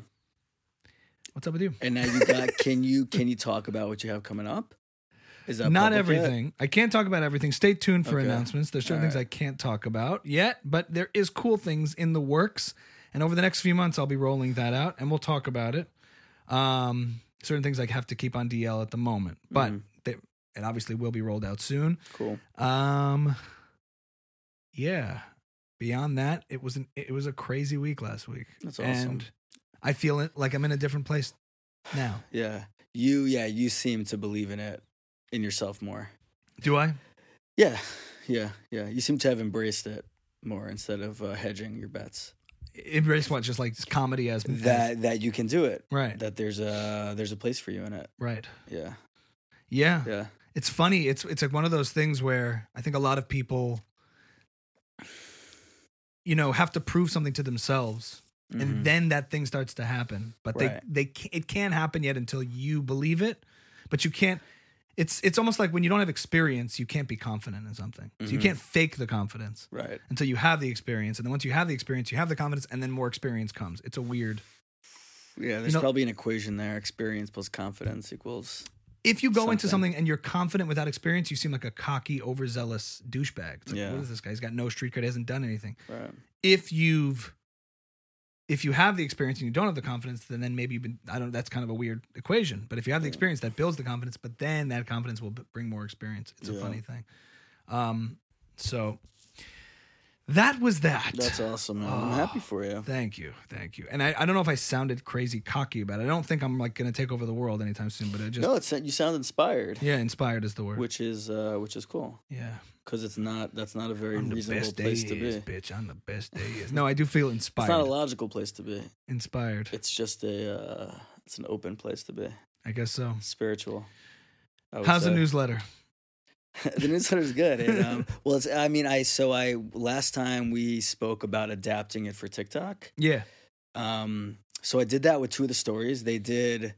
Speaker 1: what's up with you?
Speaker 2: And now you got can you can you talk about what you have coming up? Is that
Speaker 1: not
Speaker 2: public yet?
Speaker 1: everything. I can't talk about everything. Stay tuned for
Speaker 2: Okay.
Speaker 1: announcements. There's certain
Speaker 2: All
Speaker 1: things I can't talk about yet, but there is cool things in the works. And over the next few months, I'll be rolling that out, and we'll talk about it. Um, certain things I have to keep on DL at the moment, but
Speaker 2: Mhm.
Speaker 1: they, it obviously will be rolled out soon.
Speaker 2: Cool.
Speaker 1: Um, yeah. Beyond that, it was an it was a crazy week last week.
Speaker 2: That's awesome.
Speaker 1: And I feel it like I'm in a different place now.
Speaker 2: Yeah. You yeah, you seem to believe in it in yourself more.
Speaker 1: Do I?
Speaker 2: Yeah. Yeah. Yeah. You seem to have embraced it more instead of uh, hedging your bets.
Speaker 1: Embrace what? Just like comedy as as-
Speaker 2: That that you can do it.
Speaker 1: right,
Speaker 2: That there's a there's a place for you in it.
Speaker 1: right.
Speaker 2: Yeah.
Speaker 1: Yeah.
Speaker 2: Yeah.
Speaker 1: It's funny. It's it's like one of those things where I think a lot of people you know have to prove something to themselves
Speaker 2: Mhm.
Speaker 1: and then that thing starts to happen. But
Speaker 2: Right.
Speaker 1: they they ca- it can't happen yet until you believe it. But you can't it's it's almost like when you don't have experience, you can't be confident in something. So you
Speaker 2: Mhm.
Speaker 1: can't fake the confidence
Speaker 2: right.
Speaker 1: until you have the experience and then once you have the experience, you have the confidence and then more experience comes. It's a weird
Speaker 2: Yeah, there's
Speaker 1: know-
Speaker 2: probably an equation there. Experience plus confidence equals
Speaker 1: if you go into
Speaker 2: Something.
Speaker 1: something and you're confident without experience, you seem like a cocky, overzealous douchebag. It's like,
Speaker 2: Yeah.
Speaker 1: what is this guy? He's got no street cred. He hasn't done anything.
Speaker 2: right.
Speaker 1: If you've, if you have the experience and you don't have the confidence, then then maybe you've been, I don't. That's kind of a weird equation. But if you have the
Speaker 2: Yeah.
Speaker 1: experience, that builds the confidence. But then that confidence will b- bring more experience. It's
Speaker 2: Yeah.
Speaker 1: a funny thing. Um, so that was that.
Speaker 2: That's awesome, man. I'm happy
Speaker 1: Oh.
Speaker 2: for you.
Speaker 1: Thank you, thank you. And I, I don't know if I sounded crazy cocky about it. I don't think I'm like going to take over the world anytime soon. But I just
Speaker 2: no, it's you sound inspired,
Speaker 1: yeah, inspired is the word.
Speaker 2: which is uh, which is cool
Speaker 1: yeah.
Speaker 2: because it's not that's not a very
Speaker 1: I'm the
Speaker 2: reasonable
Speaker 1: best day
Speaker 2: place to be.
Speaker 1: is, bitch. I'm the best day is. No, I do feel
Speaker 2: It's
Speaker 1: inspired.
Speaker 2: not a logical place to be.
Speaker 1: Inspired.
Speaker 2: It's just a uh, it's an open place to be.
Speaker 1: I guess so.
Speaker 2: Spiritual. I would
Speaker 1: How's the
Speaker 2: say.
Speaker 1: newsletter?
Speaker 2: the newsletter's good. And, um, well, it's I mean I so I last time we spoke about adapting it for TikTok.
Speaker 1: Yeah.
Speaker 2: Um, so I did that with two of the stories. They did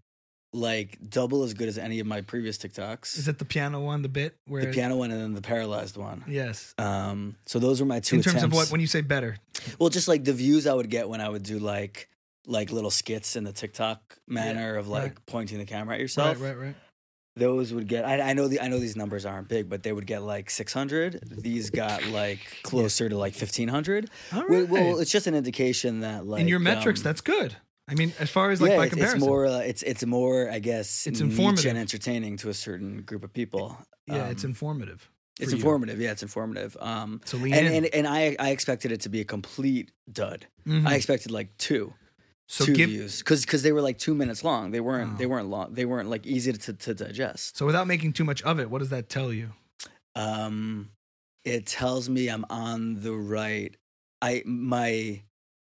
Speaker 2: like double as good as any of my previous TikToks.
Speaker 1: Is it the piano one, the bit where?
Speaker 2: the piano one and then the paralyzed one.
Speaker 1: Yes.
Speaker 2: Um, so those were my two.
Speaker 1: In terms of
Speaker 2: attempts.
Speaker 1: what, when you say better,
Speaker 2: well, just like the views I would get when I would do like like little skits in the TikTok manner of like pointing the camera at yourself.
Speaker 1: right, right, right.
Speaker 2: Those would get. I, I know the I know these numbers aren't big, but they would get like six hundred. These got like closer to like fifteen hundred.
Speaker 1: All right.
Speaker 2: Well, well, it's just an indication that like
Speaker 1: In your metrics,
Speaker 2: um,
Speaker 1: that's good. I mean, as far as like by
Speaker 2: it's,
Speaker 1: comparison,
Speaker 2: it's more uh, it's it's more I guess
Speaker 1: It's
Speaker 2: niche
Speaker 1: informative.
Speaker 2: and entertaining to a certain group of people.
Speaker 1: yeah,
Speaker 2: Um,
Speaker 1: it's informative.
Speaker 2: it's
Speaker 1: for you.
Speaker 2: informative. Yeah, it's informative. Um,
Speaker 1: So lean
Speaker 2: and,
Speaker 1: in.
Speaker 2: and and I I expected it to be a complete dud.
Speaker 1: Mhm.
Speaker 2: I expected like two
Speaker 1: so
Speaker 2: two
Speaker 1: give. Oh.
Speaker 2: views because because they were like two minutes long. They weren't
Speaker 1: Wow.
Speaker 2: they weren't long. They weren't like easy to to digest.
Speaker 1: So without making too much of it, what does that tell you?
Speaker 2: Um, it tells me I'm on the right. I my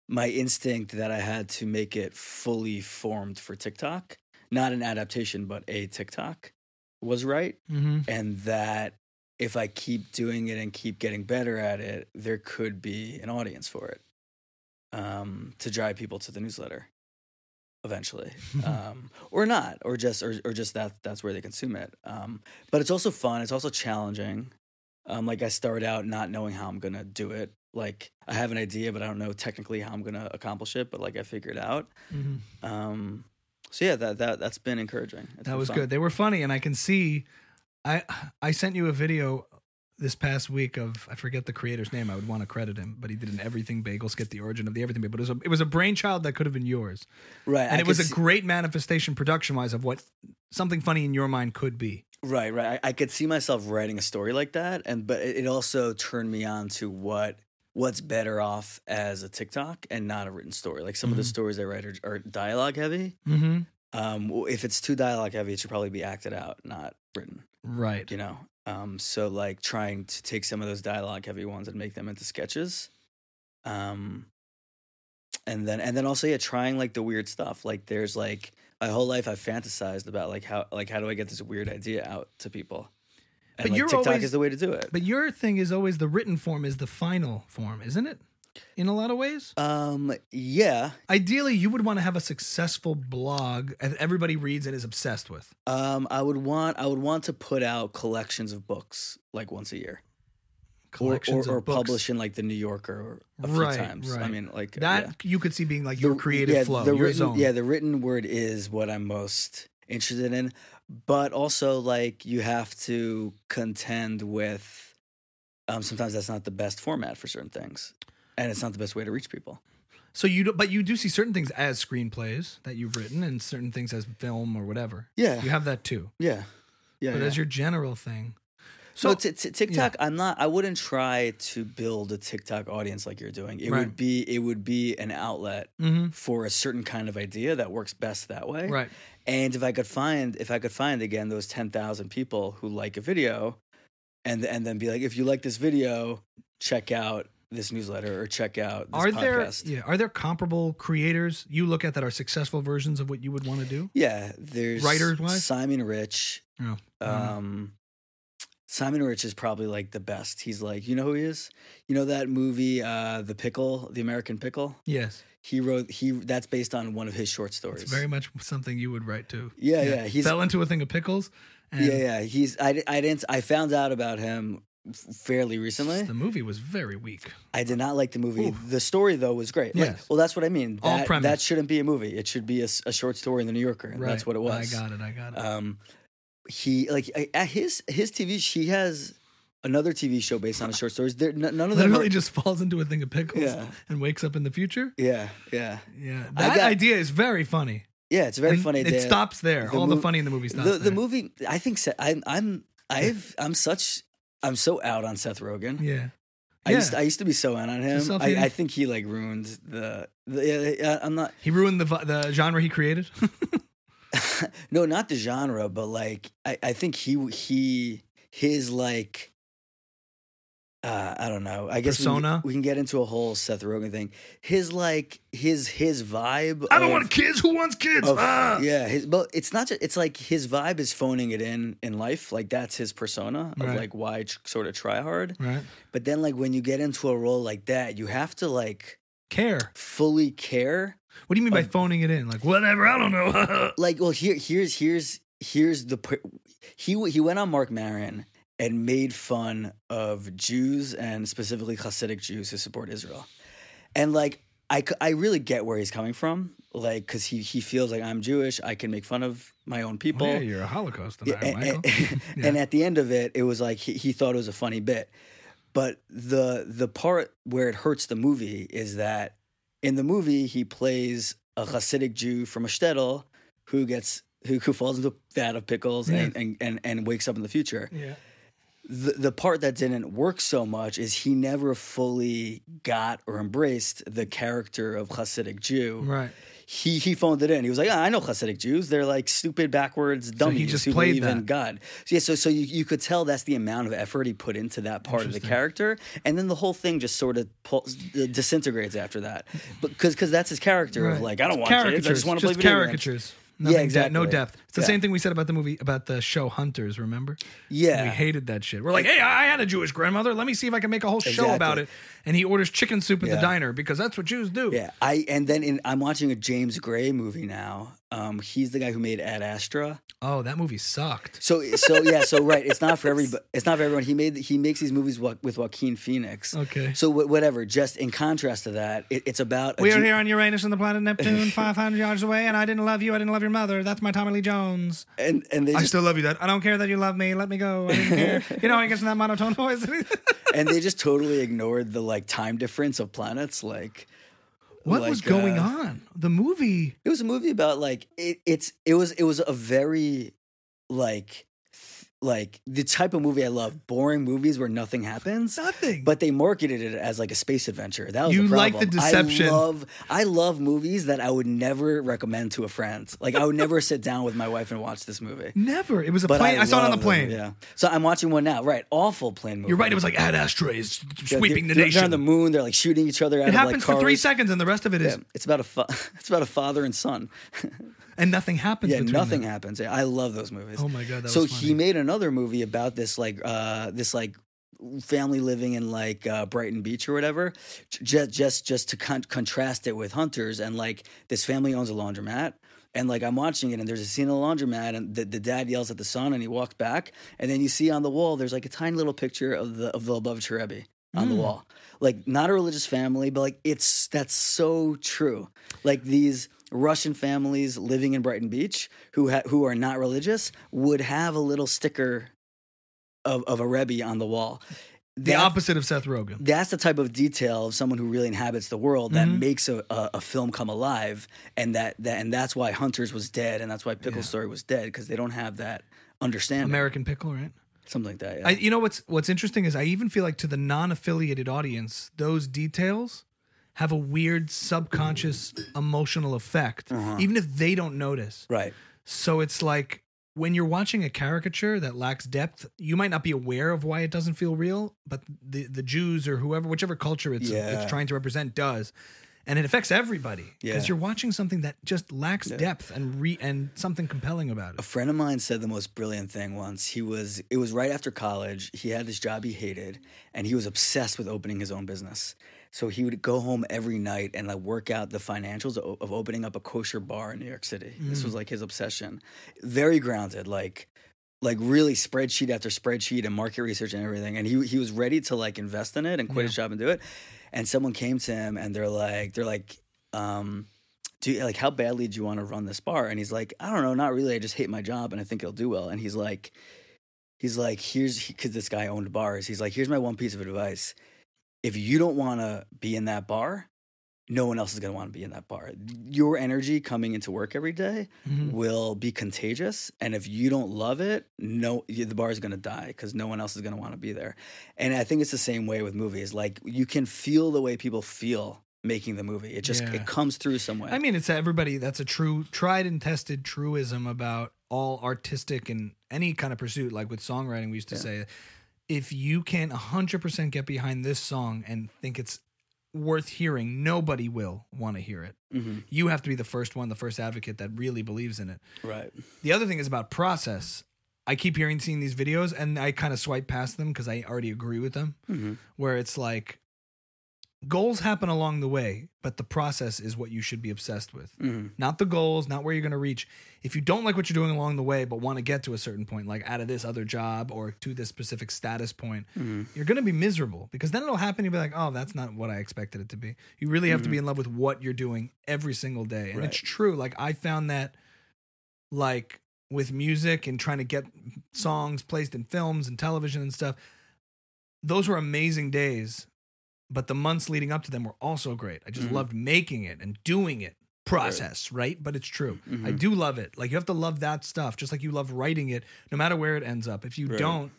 Speaker 2: my instinct that I had to make it fully formed for TikTok, not an adaptation, but a TikTok, was right
Speaker 1: Mm-hmm.
Speaker 2: and that if I keep doing it and keep getting better at it, there could be an audience for it um, to drive people to the newsletter eventually, um, or not, or just or, or just that that's where they consume it. Um, but it's also fun. It's also challenging. Um, like I started out not knowing how I'm gonna do it. Like I have an idea, but I don't know technically how I'm gonna accomplish it. But like I figured out.
Speaker 1: Mm-hmm.
Speaker 2: Um, so yeah, that that that's been encouraging. It's
Speaker 1: that
Speaker 2: been
Speaker 1: was
Speaker 2: fun.
Speaker 1: good. They were funny, and I can see. I I sent you a video this past week of I forget the creator's name. I would want to credit him, but he did an everything bagel skit, the origin of the everything bagel. But it was a, it was a brainchild that could have been yours,
Speaker 2: right?
Speaker 1: and
Speaker 2: I
Speaker 1: it was
Speaker 2: could
Speaker 1: a great manifestation production wise of what something funny in your mind could be.
Speaker 2: Right, right. I, I could see myself writing a story like that, and but it, it also turned me on to what what's better off as a TikTok and not a written story. Like some of the
Speaker 1: Mhm.
Speaker 2: stories I write are, are dialogue heavy.
Speaker 1: Mm-hmm.
Speaker 2: Um, w- if it's too dialogue heavy, it should probably be acted out, not written.
Speaker 1: Right.
Speaker 2: You know. Um, so like trying to take some of those dialogue heavy ones and make them into sketches. Um, and then and then also yeah, trying like the weird stuff. Like there's like my whole life I've fantasized about like how like how do I get this weird idea out to people. And
Speaker 1: But
Speaker 2: like
Speaker 1: you're
Speaker 2: TikTok
Speaker 1: always-
Speaker 2: is the way to do it.
Speaker 1: But your thing is always the written form is the final form, isn't it? In a lot of ways.
Speaker 2: Um, yeah.
Speaker 1: Ideally, you would want to have a successful blog that everybody reads and is obsessed with.
Speaker 2: Um, I would want I would want to put out collections of books like once a year, or or,
Speaker 1: Collections
Speaker 2: or
Speaker 1: of books.
Speaker 2: publish in like the New Yorker a few
Speaker 1: Right,
Speaker 2: times. I
Speaker 1: right.
Speaker 2: mean, like
Speaker 1: That
Speaker 2: yeah.
Speaker 1: you could see being like your
Speaker 2: The-
Speaker 1: creative
Speaker 2: yeah,
Speaker 1: flow,
Speaker 2: the
Speaker 1: your
Speaker 2: written,
Speaker 1: zone.
Speaker 2: Yeah, the written word is what I'm most interested in, but also like you have to contend with. Um, sometimes that's not the best format for certain things, and it's not the best way to reach people.
Speaker 1: So you, do, but you do see certain things as screenplays that you've written, and certain things as film or whatever.
Speaker 2: Yeah,
Speaker 1: You have that too,
Speaker 2: yeah, yeah.
Speaker 1: but
Speaker 2: yeah.
Speaker 1: as your general thing. So,
Speaker 2: So t- t- TikTok, I'm not. I wouldn't try to build a TikTok audience like you're doing. It
Speaker 1: Right.
Speaker 2: would be. It would be an outlet
Speaker 1: Mhm.
Speaker 2: for a certain kind of idea that works best that way.
Speaker 1: right,
Speaker 2: And if I could find, if I could find again those ten thousand people who like a video, and and then be like, if you like this video, check out this newsletter or check out this
Speaker 1: are there
Speaker 2: podcast.
Speaker 1: yeah are there comparable creators you look at that are successful versions of what you would want to do?
Speaker 2: yeah, there's
Speaker 1: Writers-wise?
Speaker 2: Simon Rich.
Speaker 1: Oh, I don't know.
Speaker 2: Um, Simon Rich is probably like the best. He's like, you know who he is? You know that movie, uh, The Pickle, The American Pickle?
Speaker 1: yes,
Speaker 2: He wrote he. That's based on one of his short stories.
Speaker 1: it's very much something you would write to.
Speaker 2: yeah, yeah. He's
Speaker 1: fell into a thing of pickles. And
Speaker 2: yeah, yeah. He's I, di- I didn't I found out about him f- fairly recently.
Speaker 1: The movie was very weak.
Speaker 2: I did not like the movie.
Speaker 1: uh, Oof.
Speaker 2: The story though was great. Like,
Speaker 1: Yes.
Speaker 2: well, that's what I mean.
Speaker 1: All
Speaker 2: That,
Speaker 1: premise.
Speaker 2: that shouldn't be a movie. It should be a, s- a short story in the New Yorker. And
Speaker 1: Right,
Speaker 2: That's what it was.
Speaker 1: I got it. I got it.
Speaker 2: um he like I- at his his tv she has another tv show based on his short stories there n- none of them
Speaker 1: Literally
Speaker 2: are-
Speaker 1: just falls into a thing of pickles
Speaker 2: Yeah.
Speaker 1: and wakes up in the future.
Speaker 2: yeah yeah
Speaker 1: Yeah,
Speaker 2: I
Speaker 1: that
Speaker 2: got-
Speaker 1: idea is very funny.
Speaker 2: yeah it's a very
Speaker 1: And
Speaker 2: funny
Speaker 1: It
Speaker 2: idea.
Speaker 1: stops there.
Speaker 2: the
Speaker 1: All the
Speaker 2: mov-
Speaker 1: funny in the movie stops
Speaker 2: the, the
Speaker 1: there.
Speaker 2: movie i think Seth, i'm i'm i've i'm such i'm so out on seth rogen
Speaker 1: Yeah,
Speaker 2: i
Speaker 1: Yeah.
Speaker 2: used i used to be so out on him
Speaker 1: self-hating-
Speaker 2: I, I think he like ruined the, the yeah, I- i'm not
Speaker 1: he ruined the vi- the genre he created.
Speaker 2: no not the genre but like i i think he he his like uh, I don't know. I guess we can-
Speaker 1: Persona?
Speaker 2: We, can get into a whole Seth Rogen thing. His like his his vibe.
Speaker 1: I don't
Speaker 2: of-
Speaker 1: want kids. Who wants kids?
Speaker 2: of-
Speaker 1: ah!
Speaker 2: Yeah, his, but it's not. Just, it's like his vibe is phoning it in in life. Like that's his persona of
Speaker 1: Right.
Speaker 2: like why tr- sort of try hard.
Speaker 1: Right.
Speaker 2: But then like when you get into a role like that, you have to like
Speaker 1: Care.
Speaker 2: fully care
Speaker 1: What do you mean by phoning it in? Like whatever. I don't know.
Speaker 2: like well here here's here's here's the per- he w- he went on Mark Maron and made fun of Jews and specifically Hasidic Jews who support Israel. And like I c- I really get where he's coming from like cuz he he feels like I'm Jewish, I can make fun of my own people.
Speaker 1: Well, Oh, yeah, you're a Holocaust
Speaker 2: Yeah, eh,
Speaker 1: denier, Michael.
Speaker 2: and, and-
Speaker 1: Yeah.
Speaker 2: and at the end of it, it was like he, he thought it was a funny bit. But the the part where it hurts the movie is that in the movie he plays a Hasidic Jew from a shtetl who gets who, who falls into a vat of pickles and, and, and, and wakes up in the future.
Speaker 1: yeah.
Speaker 2: The the part that didn't work so much is he never fully got or embraced the character of Hasidic Jew
Speaker 1: Right.
Speaker 2: he he phoned it in. He was like, "Ah, I know Hasidic Jews. They're like stupid backwards dummies
Speaker 1: just
Speaker 2: who
Speaker 1: played
Speaker 2: believe in
Speaker 1: that.
Speaker 2: God." So, yeah, so so you, you could tell that's the amount of effort he put into that part of the
Speaker 1: Interesting.
Speaker 2: character, and then the whole thing just sort of pull, disintegrates after that, because because that's his character
Speaker 1: Right.
Speaker 2: of like, I don't want kids. I
Speaker 1: caricatures.
Speaker 2: just want to play video games."
Speaker 1: caricatures. Nothing
Speaker 2: Yeah,
Speaker 1: de- no
Speaker 2: exactly.
Speaker 1: depth. It's the
Speaker 2: Yeah.
Speaker 1: same thing we said about the movie about the show Hunters. Remember?
Speaker 2: Yeah.
Speaker 1: We hated that shit. We're like, hey, I I had a Jewish grandmother. Let me see if I can make a whole show
Speaker 2: Exactly.
Speaker 1: about it. And he orders chicken soup at the
Speaker 2: Yeah.
Speaker 1: diner because that's what Jews do.
Speaker 2: Yeah, I and then in, I'm watching a James Gray movie now. Um, he's the guy who made Ad Astra.
Speaker 1: Oh, that movie sucked.
Speaker 2: So so yeah, so right, it's not for everybody. It's not for everyone. He made he makes these movies wa- with Joaquin Phoenix.
Speaker 1: Okay.
Speaker 2: So wh- whatever. Just in contrast to that, it, it's about a
Speaker 1: We are
Speaker 2: Jew-
Speaker 1: here on Uranus and the planet Neptune, 500 yards away, and I didn't love you. I didn't love your mother. That's my Tommy Lee Jones.
Speaker 2: and and they
Speaker 1: I
Speaker 2: just,
Speaker 1: still love you, Dad. I don't care that you love me. Let me go. I didn't care. you know, I guess in that monotone voice.
Speaker 2: and they just totally ignored the like time difference of planets. Like
Speaker 1: what
Speaker 2: Like,
Speaker 1: was going
Speaker 2: uh,
Speaker 1: on? The movie.
Speaker 2: it was a movie about like it, it's it was it was a very like th- like the type of movie I love. Boring movies where nothing happens.
Speaker 1: Nothing.
Speaker 2: But they marketed it as like a space adventure. That was
Speaker 1: You
Speaker 2: the
Speaker 1: like
Speaker 2: problem.
Speaker 1: the deception.
Speaker 2: I love, I love movies that I would never recommend to a friend. Like I would never sit down with my wife and watch this movie.
Speaker 1: never. It was a
Speaker 2: But
Speaker 1: plane. I, saw it on
Speaker 2: love
Speaker 1: the plane.
Speaker 2: Them, yeah. So I'm watching one now. Right. Awful plane movie.
Speaker 1: You're right. It was like ad ashtrays
Speaker 2: They're-
Speaker 1: sweeping the
Speaker 2: they're- They're
Speaker 1: nation.
Speaker 2: on the moon. They're like shooting each other. Out
Speaker 1: it
Speaker 2: of,
Speaker 1: happens
Speaker 2: like,
Speaker 1: for three
Speaker 2: cars.
Speaker 1: seconds, and the rest of it is,
Speaker 2: Yeah, it's about a fa- it's about a father and son.
Speaker 1: and nothing happens.
Speaker 2: Yeah,
Speaker 1: between
Speaker 2: nothing
Speaker 1: Them.
Speaker 2: happens. Yeah, I love those movies.
Speaker 1: Oh my god, that
Speaker 2: so
Speaker 1: was funny.
Speaker 2: he made another movie about this like uh this like family living in like uh, Brighton Beach or whatever just just just to con- contrast it with hunters and like this family owns a laundromat and like I'm watching it and there's a scene in the laundromat and the, the dad yells at the son and he walks back and then you see on the wall there's like a tiny little picture of the of the above Cherebi on the wall like not a religious family but like it's that's so true like these Russian families living in Brighton Beach who ha- who are not religious would have a little sticker of, of a Rebbe on the wall.
Speaker 1: the
Speaker 2: That-
Speaker 1: opposite of Seth Rogen.
Speaker 2: that's the type of detail of someone who really inhabits the world that
Speaker 1: Mhm.
Speaker 2: makes a, a, a film come alive, and that, that and that's why Hunters was dead, and that's why Pickle
Speaker 1: Yeah.
Speaker 2: Story was dead because they don't have that understanding,
Speaker 1: American Pickle, right?
Speaker 2: something like that. Yeah.
Speaker 1: I, you know what's what's interesting is I even feel like to the non-affiliated audience, those details have a weird subconscious emotional effect,
Speaker 2: Uh-huh.
Speaker 1: even if they don't notice.
Speaker 2: right,
Speaker 1: So it's like when you're watching a caricature that lacks depth, you might not be aware of why it doesn't feel real, but the the Jews or whoever, whichever culture it's
Speaker 2: Yeah.
Speaker 1: it's trying to represent, does. And it affects everybody because
Speaker 2: Yeah.
Speaker 1: you're watching something that just lacks depth and re and something compelling about
Speaker 2: a
Speaker 1: it.
Speaker 2: friend of mine said the most brilliant thing once. He was it was right after college. He had this job he hated, and he was obsessed with opening his own business. So he would go home every night and like work out the financials of, of opening up a kosher bar in New York City. This was like his obsession. Very grounded, like like really spreadsheet after spreadsheet and market research and everything. And he he was ready to like invest in it and quit his job and do it. And someone came to him and they're like they're like um do you, like how badly do you want to run this bar? And he's like, I don't know, not really. I just hate my job and I think it'll do well. And he's like, he's like, here's because this guy owned bars. He's like, here's my one piece of advice: if you don't want to be in that bar, no one else is going to want to be in that bar. Your energy coming into work every day
Speaker 1: Mhm.
Speaker 2: will be contagious, and if you don't love it, no, you- the bar is going to die because no one else is going to want to be there. And I think it's the same way with movies. Like you can feel the way people feel making the movie. It just
Speaker 1: Yeah.
Speaker 2: it comes through some way.
Speaker 1: I mean, it's everybody. That's a true, tried and tested truism about all artistic and any kind of pursuit. Like with songwriting, we used to say, if you can 100% get behind this song and think it's worth hearing, nobody will want to hear it.
Speaker 2: Mhm.
Speaker 1: You have to be the first one, the first advocate that really believes in it.
Speaker 2: Right.
Speaker 1: The other thing is about process. I keep hearing, seeing these videos, and I kind of swipe past them because I already agree with them.
Speaker 2: Mm-hmm.
Speaker 1: where it's like goals happen along the way, but the process is what you should be obsessed with.
Speaker 2: Mm-hmm.
Speaker 1: Not the goals, not where you're going to reach. If you don't like what you're doing along the way, but want to get to a certain point, like out of this other job or to this specific status point,
Speaker 2: Mm-hmm.
Speaker 1: you're going to be miserable because then it'll happen. You'll be like, oh, that's not what I expected it to be. You really have to be in love with what you're doing every single day. And it's
Speaker 2: Right.
Speaker 1: true. Like, I found that, like, with music and trying to get songs placed in films and television and stuff, those were amazing days. But the months leading up to them were also great. I just
Speaker 2: Mhm.
Speaker 1: loved making it and doing it. Process, right? But it's true. I
Speaker 2: Mhm.
Speaker 1: do love it. Like you have to love that stuff, just like you love writing it, no matter where it ends up. If you
Speaker 2: Right.
Speaker 1: don't,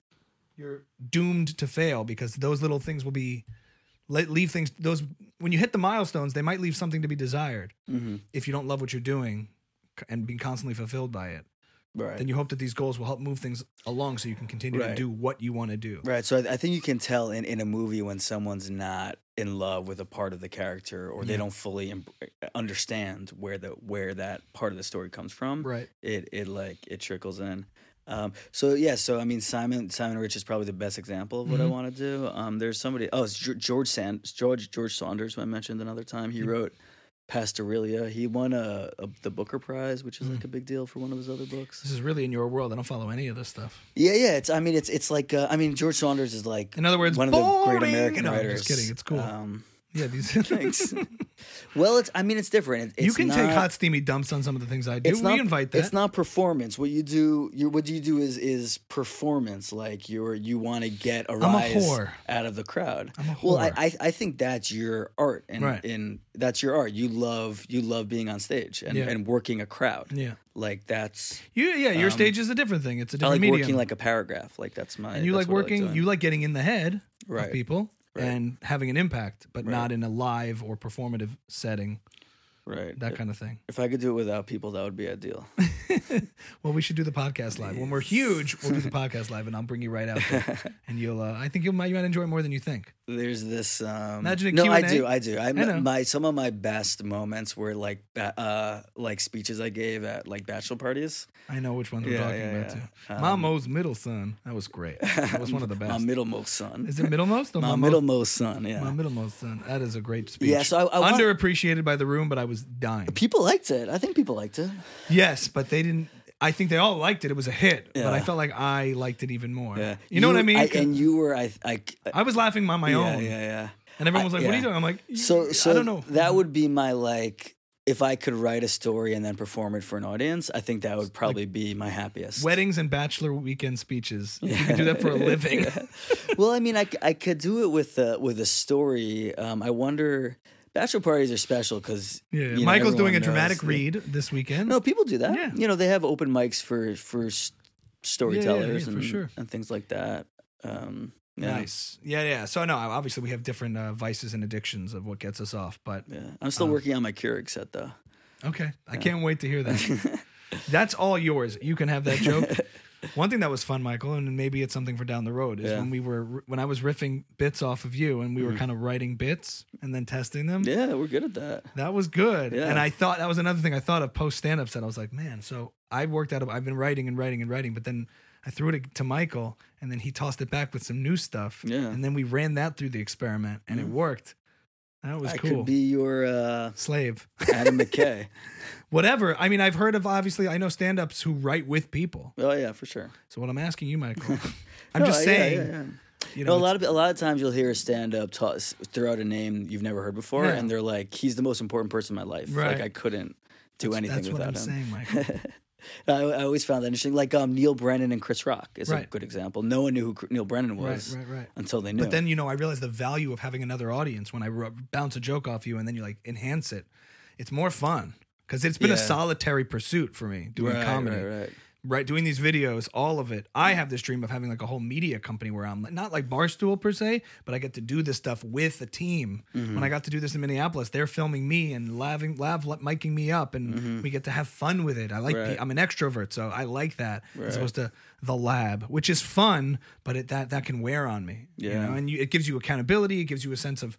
Speaker 1: you're doomed to fail because those little things will be le- leave things those when you hit the milestones, they might leave something to be desired
Speaker 2: Mm-hmm.
Speaker 1: if you don't love what you're doing c- and being constantly fulfilled by it.
Speaker 2: Right.
Speaker 1: then you hope that these goals will help move things along so you can continue to
Speaker 2: Right.
Speaker 1: do what you want to do.
Speaker 2: Right. So I, I think you can tell in, in a movie when someone's not in love with a part of the character or they
Speaker 1: Yeah.
Speaker 2: don't fully em- understand where the where that part of the story comes from.
Speaker 1: Right.
Speaker 2: It it like it trickles in. Um, so yeah, so I mean Simon Simon Rich is probably the best example of what I
Speaker 1: Mhm.
Speaker 2: want to do. Um, there's somebody oh it's Ge- George Sand George George Saunders who I mentioned another time. He
Speaker 1: Yep.
Speaker 2: wrote Pastoralia. He won a, a the Booker Prize, which is like
Speaker 1: Mm.
Speaker 2: a big deal for one of his other books.
Speaker 1: This is really in your world. I don't follow any of this stuff.
Speaker 2: Yeah, yeah. It's I mean it's it's like uh, I mean George Saunders is like
Speaker 1: In other words,
Speaker 2: one of the
Speaker 1: boring!
Speaker 2: great American
Speaker 1: No, I'm just
Speaker 2: writers.
Speaker 1: kidding. It's cool.
Speaker 2: Um,
Speaker 1: Yeah, these
Speaker 2: Thanks. well, it's I mean it's different. It- It's
Speaker 1: you can
Speaker 2: not,
Speaker 1: take hot steamy dumps on some of the things I do.
Speaker 2: It's
Speaker 1: we
Speaker 2: not,
Speaker 1: invite that.
Speaker 2: It's not performance. What you do, you what you do is is performance. Like you're you want to get a
Speaker 1: a
Speaker 2: rise
Speaker 1: whore.
Speaker 2: out of the crowd.
Speaker 1: I'm a
Speaker 2: Well, I,
Speaker 1: whore.
Speaker 2: I I think that's your art, and
Speaker 1: Right.
Speaker 2: and that's your art. You love you love being on stage and,
Speaker 1: Yeah.
Speaker 2: and working a crowd.
Speaker 1: yeah.
Speaker 2: Like that's
Speaker 1: You, yeah, your
Speaker 2: Um,
Speaker 1: stage is a different thing. It's a
Speaker 2: I
Speaker 1: different
Speaker 2: like
Speaker 1: medium.
Speaker 2: working like a paragraph. Like that's my.
Speaker 1: and you like
Speaker 2: that's what I
Speaker 1: working,
Speaker 2: doing.
Speaker 1: you like getting in the head of
Speaker 2: right.
Speaker 1: people
Speaker 2: Right.
Speaker 1: and having an impact, but
Speaker 2: Right.
Speaker 1: not in a live or performative setting,
Speaker 2: Right.
Speaker 1: that kind of thing.
Speaker 2: If I could do it without people, that would be ideal.
Speaker 1: well, we should do the podcast live. When we're huge, we'll do the podcast live, and I'll bring you right out there. And you'll, uh, I think you might, you might enjoy it more than you think.
Speaker 2: There's this. Um,
Speaker 1: Imagine a
Speaker 2: no, I
Speaker 1: Q&A.
Speaker 2: do, I do. I,
Speaker 1: know.
Speaker 2: my some of my best moments were like ba- uh like speeches I gave at like bachelor parties.
Speaker 1: I know which ones we're
Speaker 2: Yeah,
Speaker 1: talking
Speaker 2: yeah,
Speaker 1: about
Speaker 2: yeah.
Speaker 1: too.
Speaker 2: Um,
Speaker 1: Mamo's middle son. That was great. That was one of the
Speaker 2: My
Speaker 1: best.
Speaker 2: middlemost son.
Speaker 1: Is it middlemost? Or
Speaker 2: my
Speaker 1: Mamo's-
Speaker 2: middlemost son? Yeah.
Speaker 1: My middlemost son. That is a great speech.
Speaker 2: yeah. So I, I want-
Speaker 1: Underappreciated by the room, but I was dying.
Speaker 2: people liked it. I think people liked it.
Speaker 1: Yes, but they didn't. I think they all liked it. It was a hit, but I
Speaker 2: Yeah.
Speaker 1: felt like I liked it even more. You know what I mean?
Speaker 2: and you were I I, uh,
Speaker 1: I was laughing on my
Speaker 2: yeah,
Speaker 1: own,
Speaker 2: yeah yeah.
Speaker 1: and everyone was
Speaker 2: I-
Speaker 1: like, "What are you
Speaker 2: yeah.
Speaker 1: doing?" I'm like,
Speaker 2: So so
Speaker 1: I don't know."
Speaker 2: That would be my like. If I could write a story and then perform it for an audience, I think that would probably be my happiest.
Speaker 1: weddings and bachelor weekend speeches. If You can do that for a living.
Speaker 2: well, I mean, I, c- I could do it with a, with a story. Um, I wonder. Bachelor parties are special because
Speaker 1: Yeah, Michael's doing a dramatic
Speaker 2: read.
Speaker 1: read this weekend.
Speaker 2: No, people do that.
Speaker 1: Yeah.
Speaker 2: You know, they have open mics for for s- storytellers
Speaker 1: for
Speaker 2: and
Speaker 1: sure.
Speaker 2: and things like that. Um, yeah.
Speaker 1: Nice. Yeah, yeah. So no, obviously we have different uh, vices and addictions of what gets us off, but
Speaker 2: Yeah. I'm still
Speaker 1: Um,
Speaker 2: working on my Keurig set though.
Speaker 1: okay, I can't wait to hear that. That's all yours. You can have that joke. One thing that was fun, Michael, and maybe it's something for down the road is
Speaker 2: Yeah. Mm.
Speaker 1: when we were when I was riffing bits off of you, and we were kind of writing bits and then testing them.
Speaker 2: Yeah, we're good at that.
Speaker 1: That was good.
Speaker 2: Yeah.
Speaker 1: And I thought that was another thing I thought of post stand up set. I was like, man, so I worked out, I've been writing and writing and writing, but then I threw it to Michael and then he tossed it back with some new stuff.
Speaker 2: Yeah. Mm.
Speaker 1: And then we ran that through the experiment and it worked. That was
Speaker 2: I
Speaker 1: cool.
Speaker 2: could be your uh,
Speaker 1: Slave.
Speaker 2: Adam McKay.
Speaker 1: Whatever. I mean, I've heard of obviously, I know stand ups who write with people.
Speaker 2: Oh yeah, for sure.
Speaker 1: So what I'm asking you, Michael, I'm
Speaker 2: No,
Speaker 1: just
Speaker 2: Oh, yeah, yeah,
Speaker 1: saying,
Speaker 2: yeah.
Speaker 1: you
Speaker 2: No,
Speaker 1: know,
Speaker 2: a lot of a lot of times you'll hear a stand up ta- s- throw out a name you've never heard before,
Speaker 1: Yeah.
Speaker 2: and they're like, "He's the most important person in my life.
Speaker 1: Right.
Speaker 2: Like I couldn't do
Speaker 1: that's,
Speaker 2: anything
Speaker 1: that's what
Speaker 2: without
Speaker 1: I'm
Speaker 2: him."
Speaker 1: saying, Michael.
Speaker 2: I, I always found that interesting. Like um, Neil Brennan and Chris Rock is a
Speaker 1: Right.
Speaker 2: good example. No one knew who Cr- Neil Brennan
Speaker 1: right,
Speaker 2: was
Speaker 1: right, right.
Speaker 2: until they knew.
Speaker 1: But then you know, I realize the value of having another audience when I ru- bounce a joke off you, and then you like enhance it. It's more fun because it's been a
Speaker 2: Yeah.
Speaker 1: solitary pursuit for me doing
Speaker 2: right,
Speaker 1: comedy, right,
Speaker 2: Right, right.
Speaker 1: Doing these videos, all of it. I have this dream of having like a whole media company where I'm like, not like barstool per se, but I get to do this stuff with a team.
Speaker 2: Mm-hmm.
Speaker 1: When I got to do this in Minneapolis, they're filming me and laving, lav, miking me up, and we get to have fun with it. I like.
Speaker 2: Mm-hmm. Right.
Speaker 1: pe- I'm an extrovert, so I like that as
Speaker 2: Right.
Speaker 1: opposed to the lab, which is fun, but it, that that can wear on me. You
Speaker 2: Yeah.
Speaker 1: know, and you, it gives you accountability. It gives you a sense of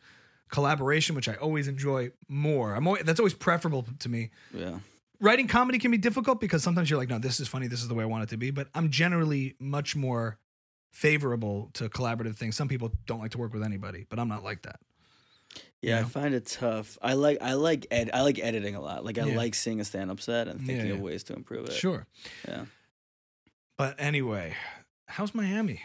Speaker 1: collaboration, which I always enjoy more. I'm always, that's always preferable to me.
Speaker 2: Yeah.
Speaker 1: Writing comedy can be difficult because sometimes you're like, no, this is funny. This is the way I want it to be. But I'm generally much more favorable to collaborative things. Some people don't like to work with anybody, but I'm not like that.
Speaker 2: Yeah,
Speaker 1: You
Speaker 2: I
Speaker 1: know?
Speaker 2: find it tough. I like I like ed- I like editing a lot. Like I
Speaker 1: Yeah.
Speaker 2: like seeing a stand up set and
Speaker 1: Yeah,
Speaker 2: thinking
Speaker 1: yeah.
Speaker 2: of ways to improve it.
Speaker 1: Sure.
Speaker 2: Yeah.
Speaker 1: But anyway, how's Miami?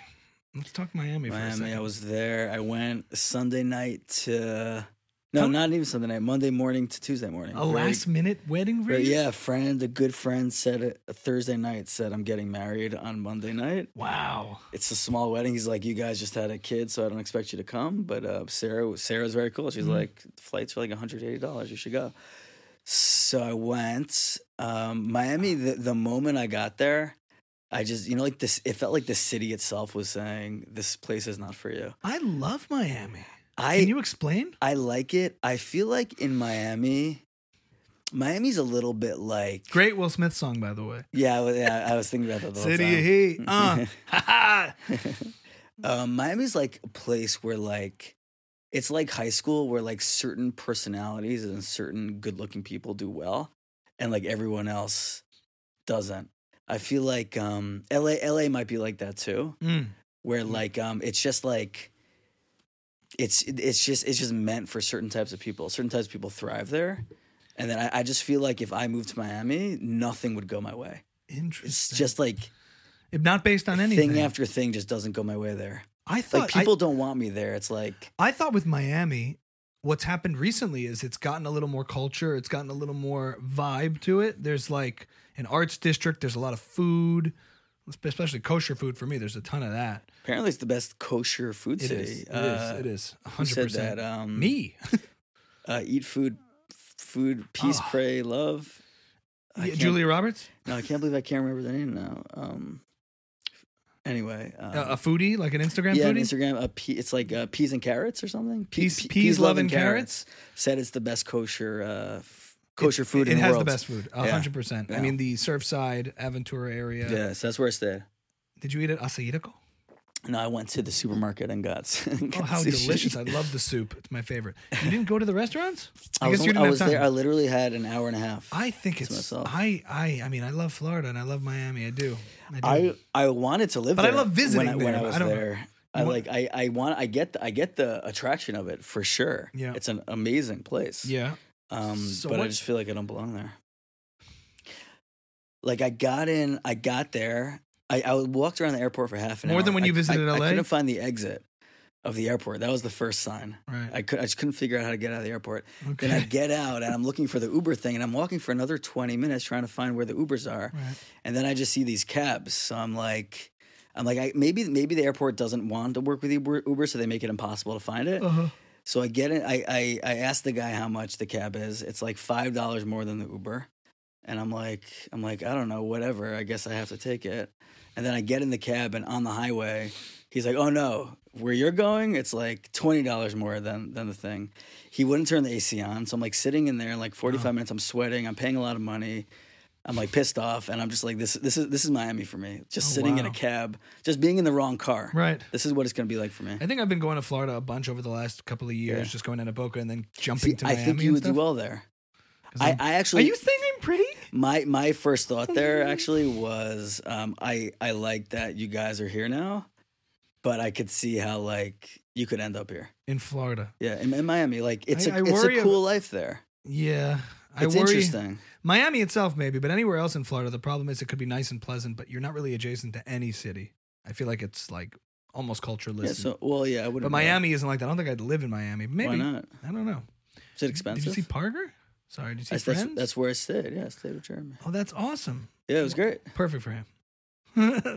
Speaker 1: Let's talk Miami, for a
Speaker 2: Miami,
Speaker 1: second.
Speaker 2: I was there. I went Sunday night to no,
Speaker 1: Tell me-
Speaker 2: not even Sunday night. Monday morning to Tuesday morning.
Speaker 1: a
Speaker 2: Very-
Speaker 1: Oh, last minute wedding
Speaker 2: very-
Speaker 1: ring?
Speaker 2: yeah, a friend, a good friend said it, a Thursday night said I'm getting married on Monday night.
Speaker 1: Wow.
Speaker 2: it's a small wedding. He's like, you guys just had a kid, so I don't expect you to come. But uh, Sarah, was- Sarah's very cool. She's
Speaker 1: Mhm.
Speaker 2: like, flights are like one hundred eighty dollars. You should go. So I went. Um, Miami. The, the moment I got there, I just you know like this. It felt like the city itself was saying, this place is not for you.
Speaker 1: I love Miami.
Speaker 2: I
Speaker 1: Can you explain?
Speaker 2: I like it. I feel like in Miami, Miami's a little bit like
Speaker 1: Great Will Smith song, by the way.
Speaker 2: yeah, I was- yeah. I was thinking about that the whole
Speaker 1: City of uh.
Speaker 2: time.
Speaker 1: Heat. Uh, ha ha.
Speaker 2: Um, Miami's like a place where like it's like high school where like certain personalities and certain good-looking people do well, and like everyone else doesn't. I feel like um, LA LA might be like that too.
Speaker 1: Mm.
Speaker 2: where like um it's just like it's it's just it's just meant for certain types of people certain types of people thrive there and then I, I just feel like if i moved to miami nothing would go my way
Speaker 1: Interesting.
Speaker 2: it's just like
Speaker 1: If not based on anything.
Speaker 2: thing after thing just doesn't go my way there
Speaker 1: I thought
Speaker 2: like
Speaker 1: I-
Speaker 2: people don't want me there it's like
Speaker 1: I thought with Miami, what's happened recently is it's gotten a little more culture. It's gotten a little more vibe to it. There's like an arts district. There's a lot of food, especially kosher food for me. There's a ton of that.
Speaker 2: apparently it's the best kosher food
Speaker 1: It
Speaker 2: city
Speaker 1: is. It is.
Speaker 2: Uh,
Speaker 1: It is.
Speaker 2: who
Speaker 1: Hundred
Speaker 2: said
Speaker 1: percent.
Speaker 2: that um
Speaker 1: Me.
Speaker 2: uh, eat food f- food peace
Speaker 1: Ah.
Speaker 2: pray love I
Speaker 1: Yeah,
Speaker 2: can't-
Speaker 1: Julia Roberts,
Speaker 2: no i can't believe i can't remember the name now um anyway um,
Speaker 1: a, a foodie, like an Instagram
Speaker 2: yeah, on
Speaker 1: foodie.
Speaker 2: Instagram, a pea, it's like uh, peas and carrots or something. Pe-
Speaker 1: Peas-
Speaker 2: pe-
Speaker 1: peas, love, and carrots.
Speaker 2: Said it's the best kosher uh, f- kosher food
Speaker 1: It
Speaker 2: in
Speaker 1: has
Speaker 2: the world.
Speaker 1: the best food. A
Speaker 2: Yeah.
Speaker 1: hundred percent. I
Speaker 2: Yeah.
Speaker 1: mean, the Surfside, Aventura area.
Speaker 2: Yes, that's where I stayed.
Speaker 1: Did you eat at Asaidako?
Speaker 2: No, I went to the supermarket and got. s-
Speaker 1: Oh,
Speaker 2: got
Speaker 1: how
Speaker 2: sushi.
Speaker 1: delicious! I love the soup. It's my favorite. You didn't go to the restaurants?
Speaker 2: I, was,
Speaker 1: guess
Speaker 2: only- I was there. I literally had an hour and a half.
Speaker 1: I think it's
Speaker 2: myself.
Speaker 1: I I I mean I love Florida and I love Miami. I do. I do.
Speaker 2: I I wanted to live,
Speaker 1: But I
Speaker 2: there
Speaker 1: love visiting
Speaker 2: when I, when
Speaker 1: there,
Speaker 2: I
Speaker 1: but
Speaker 2: was
Speaker 1: I don't know.
Speaker 2: there. I
Speaker 1: want-
Speaker 2: like I, I want I get the, I get the attraction of it for sure.
Speaker 1: Yeah.
Speaker 2: it's an amazing place.
Speaker 1: yeah.
Speaker 2: Um,
Speaker 1: So
Speaker 2: but I
Speaker 1: what-
Speaker 2: just feel like I don't belong there. Like I got in, I got there. I, I walked around the airport for half an hour.
Speaker 1: More than when
Speaker 2: I-
Speaker 1: you visited
Speaker 2: I, I
Speaker 1: LA?
Speaker 2: couldn't find the exit of the airport. That was the first sign.
Speaker 1: Right.
Speaker 2: I could I just couldn't figure out how to get out of the airport.
Speaker 1: okay.
Speaker 2: Then I get out and I'm looking for the Uber thing and I'm walking for another 20 minutes trying to find where the Ubers are.
Speaker 1: right.
Speaker 2: And then I just see these cabs. So I'm like I'm like I, maybe maybe the airport doesn't want to work with Uber, Uber so they make it impossible to find it.
Speaker 1: Uh-huh.
Speaker 2: So I get it. I, I I asked the guy how much the cab is. It's like five dollars more than the Uber, and I'm like I'm like I don't know, whatever. I guess I have to take it. And then I get in the cab and on the highway, he's like, "Oh no, where you're going, it's like twenty dollars more than than the thing." He wouldn't turn the AC on, so I'm like sitting in there like 45
Speaker 1: Wow.
Speaker 2: minutes. I'm sweating. I'm paying a lot of money. I'm like pissed off, and I'm just like this. This is this is Miami for me. Just
Speaker 1: Oh,
Speaker 2: sitting in a
Speaker 1: wow.
Speaker 2: cab, just being in the wrong car.
Speaker 1: Right.
Speaker 2: This is what it's gonna be like for me.
Speaker 1: I think I've been going to Florida a bunch over the last couple of years,
Speaker 2: Yeah.
Speaker 1: just going down to Boca and then
Speaker 2: See,
Speaker 1: jumping to
Speaker 2: I
Speaker 1: Miami.
Speaker 2: think you
Speaker 1: and
Speaker 2: would do
Speaker 1: stuff,
Speaker 2: well there.
Speaker 1: 'cause
Speaker 2: I,
Speaker 1: I'm-
Speaker 2: I
Speaker 1: Are
Speaker 2: actually
Speaker 1: you saying I'm pretty?
Speaker 2: my my first thought there actually was um, I I like that you guys are here now, but I could see how like you could end up here.
Speaker 1: In Florida.
Speaker 2: Yeah, in, in Miami, like it's a
Speaker 1: I- I
Speaker 2: it's
Speaker 1: worry
Speaker 2: a cool life there.
Speaker 1: Yeah. I
Speaker 2: It's
Speaker 1: worry
Speaker 2: interesting.
Speaker 1: Miami itself maybe, but anywhere else in Florida the problem is it could be nice and pleasant, but you're not really adjacent to any city. I feel like it's like almost cultureless.
Speaker 2: Yeah, so well, yeah, I would.
Speaker 1: but Miami isn't like that. I don't think I'd live in Miami. Maybe
Speaker 2: why not?
Speaker 1: I don't know.
Speaker 2: Is it
Speaker 1: Did you
Speaker 2: expensive?
Speaker 1: see Parker? Sorry, did you see
Speaker 2: that's,
Speaker 1: Friends?
Speaker 2: that's, that's where I stayed. Yeah, I stayed with Jeremy.
Speaker 1: oh, that's awesome.
Speaker 2: Yeah, it was great.
Speaker 1: Perfect for him.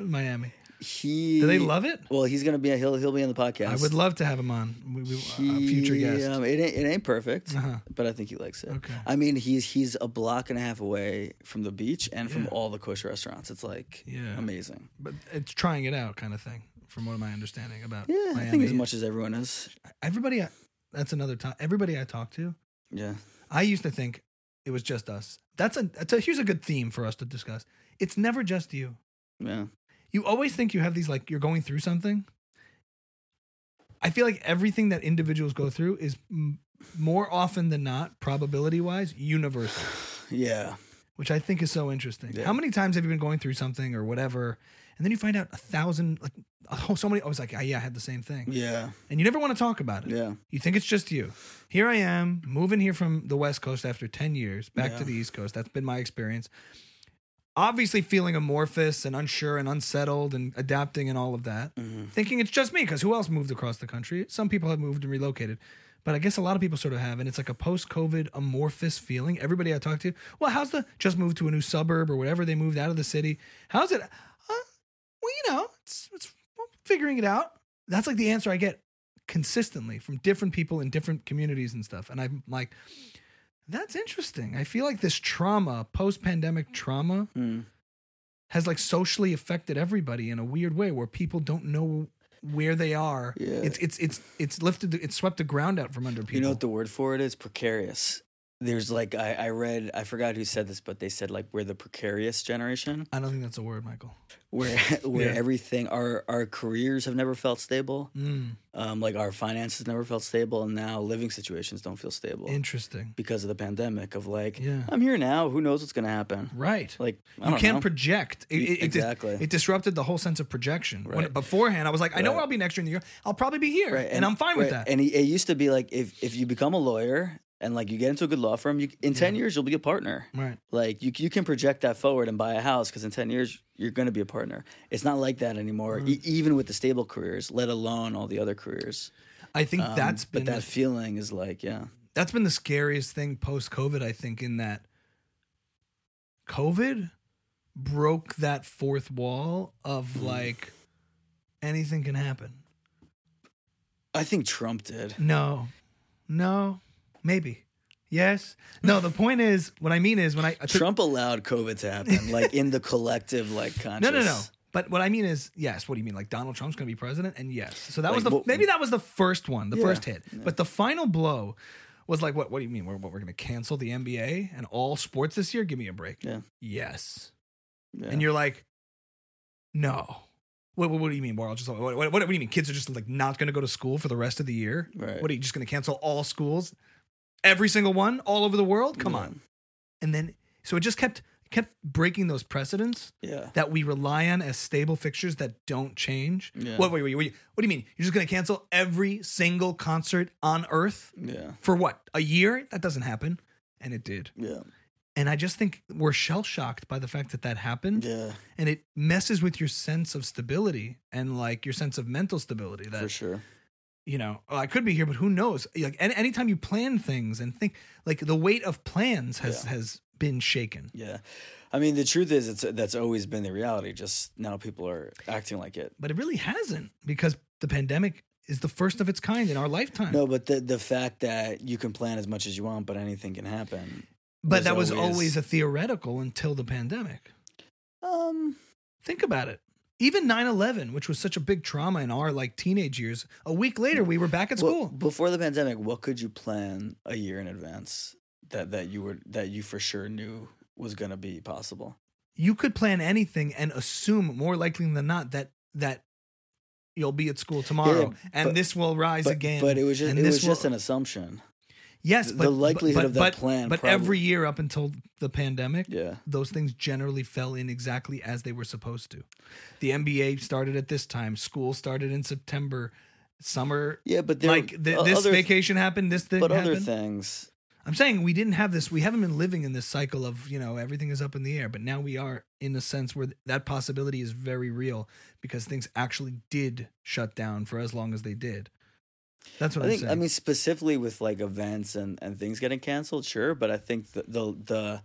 Speaker 1: Miami.
Speaker 2: He
Speaker 1: Do they love it?
Speaker 2: Well, he's gonna be he'll he'll be on the podcast.
Speaker 1: I would love to have him on. We, we, a future
Speaker 2: He,
Speaker 1: guest.
Speaker 2: Um, it ain't it ain't perfect,
Speaker 1: Uh-huh.
Speaker 2: but I think he likes it.
Speaker 1: Okay.
Speaker 2: I mean, he's he's a block and a half away from the beach and from
Speaker 1: Yeah.
Speaker 2: all the kosher restaurants. It's like
Speaker 1: Yeah.
Speaker 2: amazing.
Speaker 1: But it's trying it out kind of thing, from what my understanding about
Speaker 2: Yeah,
Speaker 1: Miami.
Speaker 2: I think as much as everyone is.
Speaker 1: Everybody, I, that's another time. Everybody I talk to,
Speaker 2: Yeah,
Speaker 1: I used to think it was just us. That's a, that's a, here's a good theme for us to discuss. It's never just you.
Speaker 2: yeah.
Speaker 1: you always think you have these like you're going through something. I feel like everything that individuals go through is m- more often than not, probability wise, universal,
Speaker 2: Yeah,
Speaker 1: which I think is so interesting.
Speaker 2: Yeah.
Speaker 1: How many times have you been going through something or whatever, and then you find out a thousand, like, oh, so many. I was like, oh, yeah, I had the same thing,
Speaker 2: yeah,
Speaker 1: and you never want to talk about it.
Speaker 2: yeah.
Speaker 1: You think it's just you. Here I am, moving here from the West Coast after 10 years, back
Speaker 2: Yeah.
Speaker 1: to the East Coast. That's been my experience. Obviously, feeling amorphous and unsure and unsettled and adapting and all of that.
Speaker 2: Mhm.
Speaker 1: Thinking it's just me because who else moved across the country? Some people have moved and relocated, but I guess a lot of people sort of have. And it's like a post COVID amorphous feeling. Everybody I talk to, well, how's the just moved to a new suburb or whatever? They moved out of the city. How's it? Uh, well, you know, it's, it's figuring it out. That's like the answer I get consistently from different people in different communities and stuff. And I'm like, that's interesting. I feel like this trauma, post pandemic trauma,
Speaker 2: Mm.
Speaker 1: has like socially affected everybody in a weird way where people don't know where they are.
Speaker 2: Yeah.
Speaker 1: It's it's it's it's lifted it's swept the ground out from under people.
Speaker 2: You know what the word for it is? Precarious. there's like I, I read I forgot who said this, but they said like we're the precarious generation
Speaker 1: I don't think that's a word, Michael.
Speaker 2: where where
Speaker 1: Yeah.
Speaker 2: everything our our careers have never felt stable,
Speaker 1: Mm,
Speaker 2: um, like our finances never felt stable, and now living situations don't feel stable
Speaker 1: interesting.
Speaker 2: because of the pandemic. Of like,
Speaker 1: Yeah.
Speaker 2: I'm here now. Who knows what's gonna happen?
Speaker 1: Right.
Speaker 2: Like I
Speaker 1: you
Speaker 2: don't
Speaker 1: can't
Speaker 2: know.
Speaker 1: project. It, it- it dis-
Speaker 2: exactly.
Speaker 1: it disrupted the whole sense of projection. When
Speaker 2: Right.
Speaker 1: beforehand, I was like, I know
Speaker 2: Right.
Speaker 1: I'll be next year in the year. I'll probably be here,
Speaker 2: Right,
Speaker 1: and, I'm fine with
Speaker 2: right,
Speaker 1: that.
Speaker 2: And it, it used to be like if if you become a lawyer and like you get into a good law firm, you in ten years you'll be a partner.
Speaker 1: right.
Speaker 2: Like you you can project that forward and buy a house because in ten years you're going to be a partner. It's not like that anymore.
Speaker 1: Mm.
Speaker 2: E- even with the stable careers, let alone all the other careers.
Speaker 1: I think that's been
Speaker 2: Um, But that
Speaker 1: the-
Speaker 2: feeling is like yeah,
Speaker 1: that's been the scariest thing post COVID. I think in that COVID broke that fourth wall of like anything can happen.
Speaker 2: I think Trump did.
Speaker 1: No, no, maybe, yes. No, the point is what I mean is when I, I took-
Speaker 2: Trump allowed COVID to happen, like in the collective like
Speaker 1: no
Speaker 2: conscious.
Speaker 1: no no. But what I mean is, yes. What do you mean? Like Donald Trump's going to be president? And yes. So that was
Speaker 2: Like,
Speaker 1: the
Speaker 2: what-
Speaker 1: maybe that was the first one, the
Speaker 2: Yeah,
Speaker 1: first hit. But the final blow was like, what? What do you mean? We're, what? We're going to cancel the NBA and all sports this year? Give me a break.
Speaker 2: Yeah.
Speaker 1: Yes.
Speaker 2: Yeah.
Speaker 1: and you're like, no. What, what, what do you mean, Boral? Just what, what, what, do you mean? Kids are just like not going to go to school for the rest of the year.
Speaker 2: Right.
Speaker 1: What are you just going to cancel all schools, every single one, all over the world? Come
Speaker 2: Yeah.
Speaker 1: on. And then so it just kept kept breaking those precedents
Speaker 2: Yeah.
Speaker 1: that we rely on as stable fixtures that don't change.
Speaker 2: Yeah.
Speaker 1: What, wait, wait, wait, what do you mean? You're just going to cancel every single concert on Earth
Speaker 2: Yeah.
Speaker 1: for what? A year? That doesn't happen. And it did.
Speaker 2: Yeah.
Speaker 1: And I just think we're shell shocked by the fact that that happened
Speaker 2: Yeah.
Speaker 1: and it messes with your sense of stability and like your sense of mental stability that
Speaker 2: For sure.
Speaker 1: you know oh, i could be here but who knows like any, anytime you plan things and think like the weight of plans has
Speaker 2: Yeah.
Speaker 1: has been shaken
Speaker 2: Yeah. I mean, the truth is, it's that's always been the reality. Just now, people are acting like it.
Speaker 1: but it really hasn't because the pandemic is the first of its kind in our lifetime
Speaker 2: No, but the the fact that you can plan as much as you want, but anything can happen.
Speaker 1: but that
Speaker 2: there's
Speaker 1: was
Speaker 2: always-
Speaker 1: always a theoretical until the pandemic
Speaker 2: Um,
Speaker 1: think about it even 9-11 which was such a big trauma in our like teenage years a week later we were back at
Speaker 2: well,
Speaker 1: school
Speaker 2: before the pandemic, what could you plan a year in advance that that you were that you for sure knew was going to be possible?
Speaker 1: you could plan anything and assume more likely than not that that you'll be at school tomorrow
Speaker 2: yeah,
Speaker 1: and
Speaker 2: but-
Speaker 1: this will rise
Speaker 2: But,
Speaker 1: again.
Speaker 2: but it was just
Speaker 1: and
Speaker 2: it
Speaker 1: this
Speaker 2: was
Speaker 1: will-
Speaker 2: just an assumption.
Speaker 1: yes,
Speaker 2: the
Speaker 1: but,
Speaker 2: likelihood
Speaker 1: but,
Speaker 2: of that
Speaker 1: but-
Speaker 2: plan
Speaker 1: But
Speaker 2: probably-
Speaker 1: every year up until the pandemic,
Speaker 2: Yeah.
Speaker 1: those things generally fell in exactly as they were supposed to. The NBA started at this time. School started in September. Summer,
Speaker 2: Yeah, but there,
Speaker 1: like th- this
Speaker 2: other,
Speaker 1: vacation happened. This thing
Speaker 2: but
Speaker 1: happened.
Speaker 2: other things.
Speaker 1: I'm saying we didn't have this. We haven't been living in this cycle of, you know, everything is up in the air, but now we are in a sense where th- that possibility is very real because things actually did shut down for as long as they did. That's what I
Speaker 2: I
Speaker 1: am
Speaker 2: think
Speaker 1: saying.
Speaker 2: I mean specifically with like events and, and things getting canceled, sure, but I think the, the the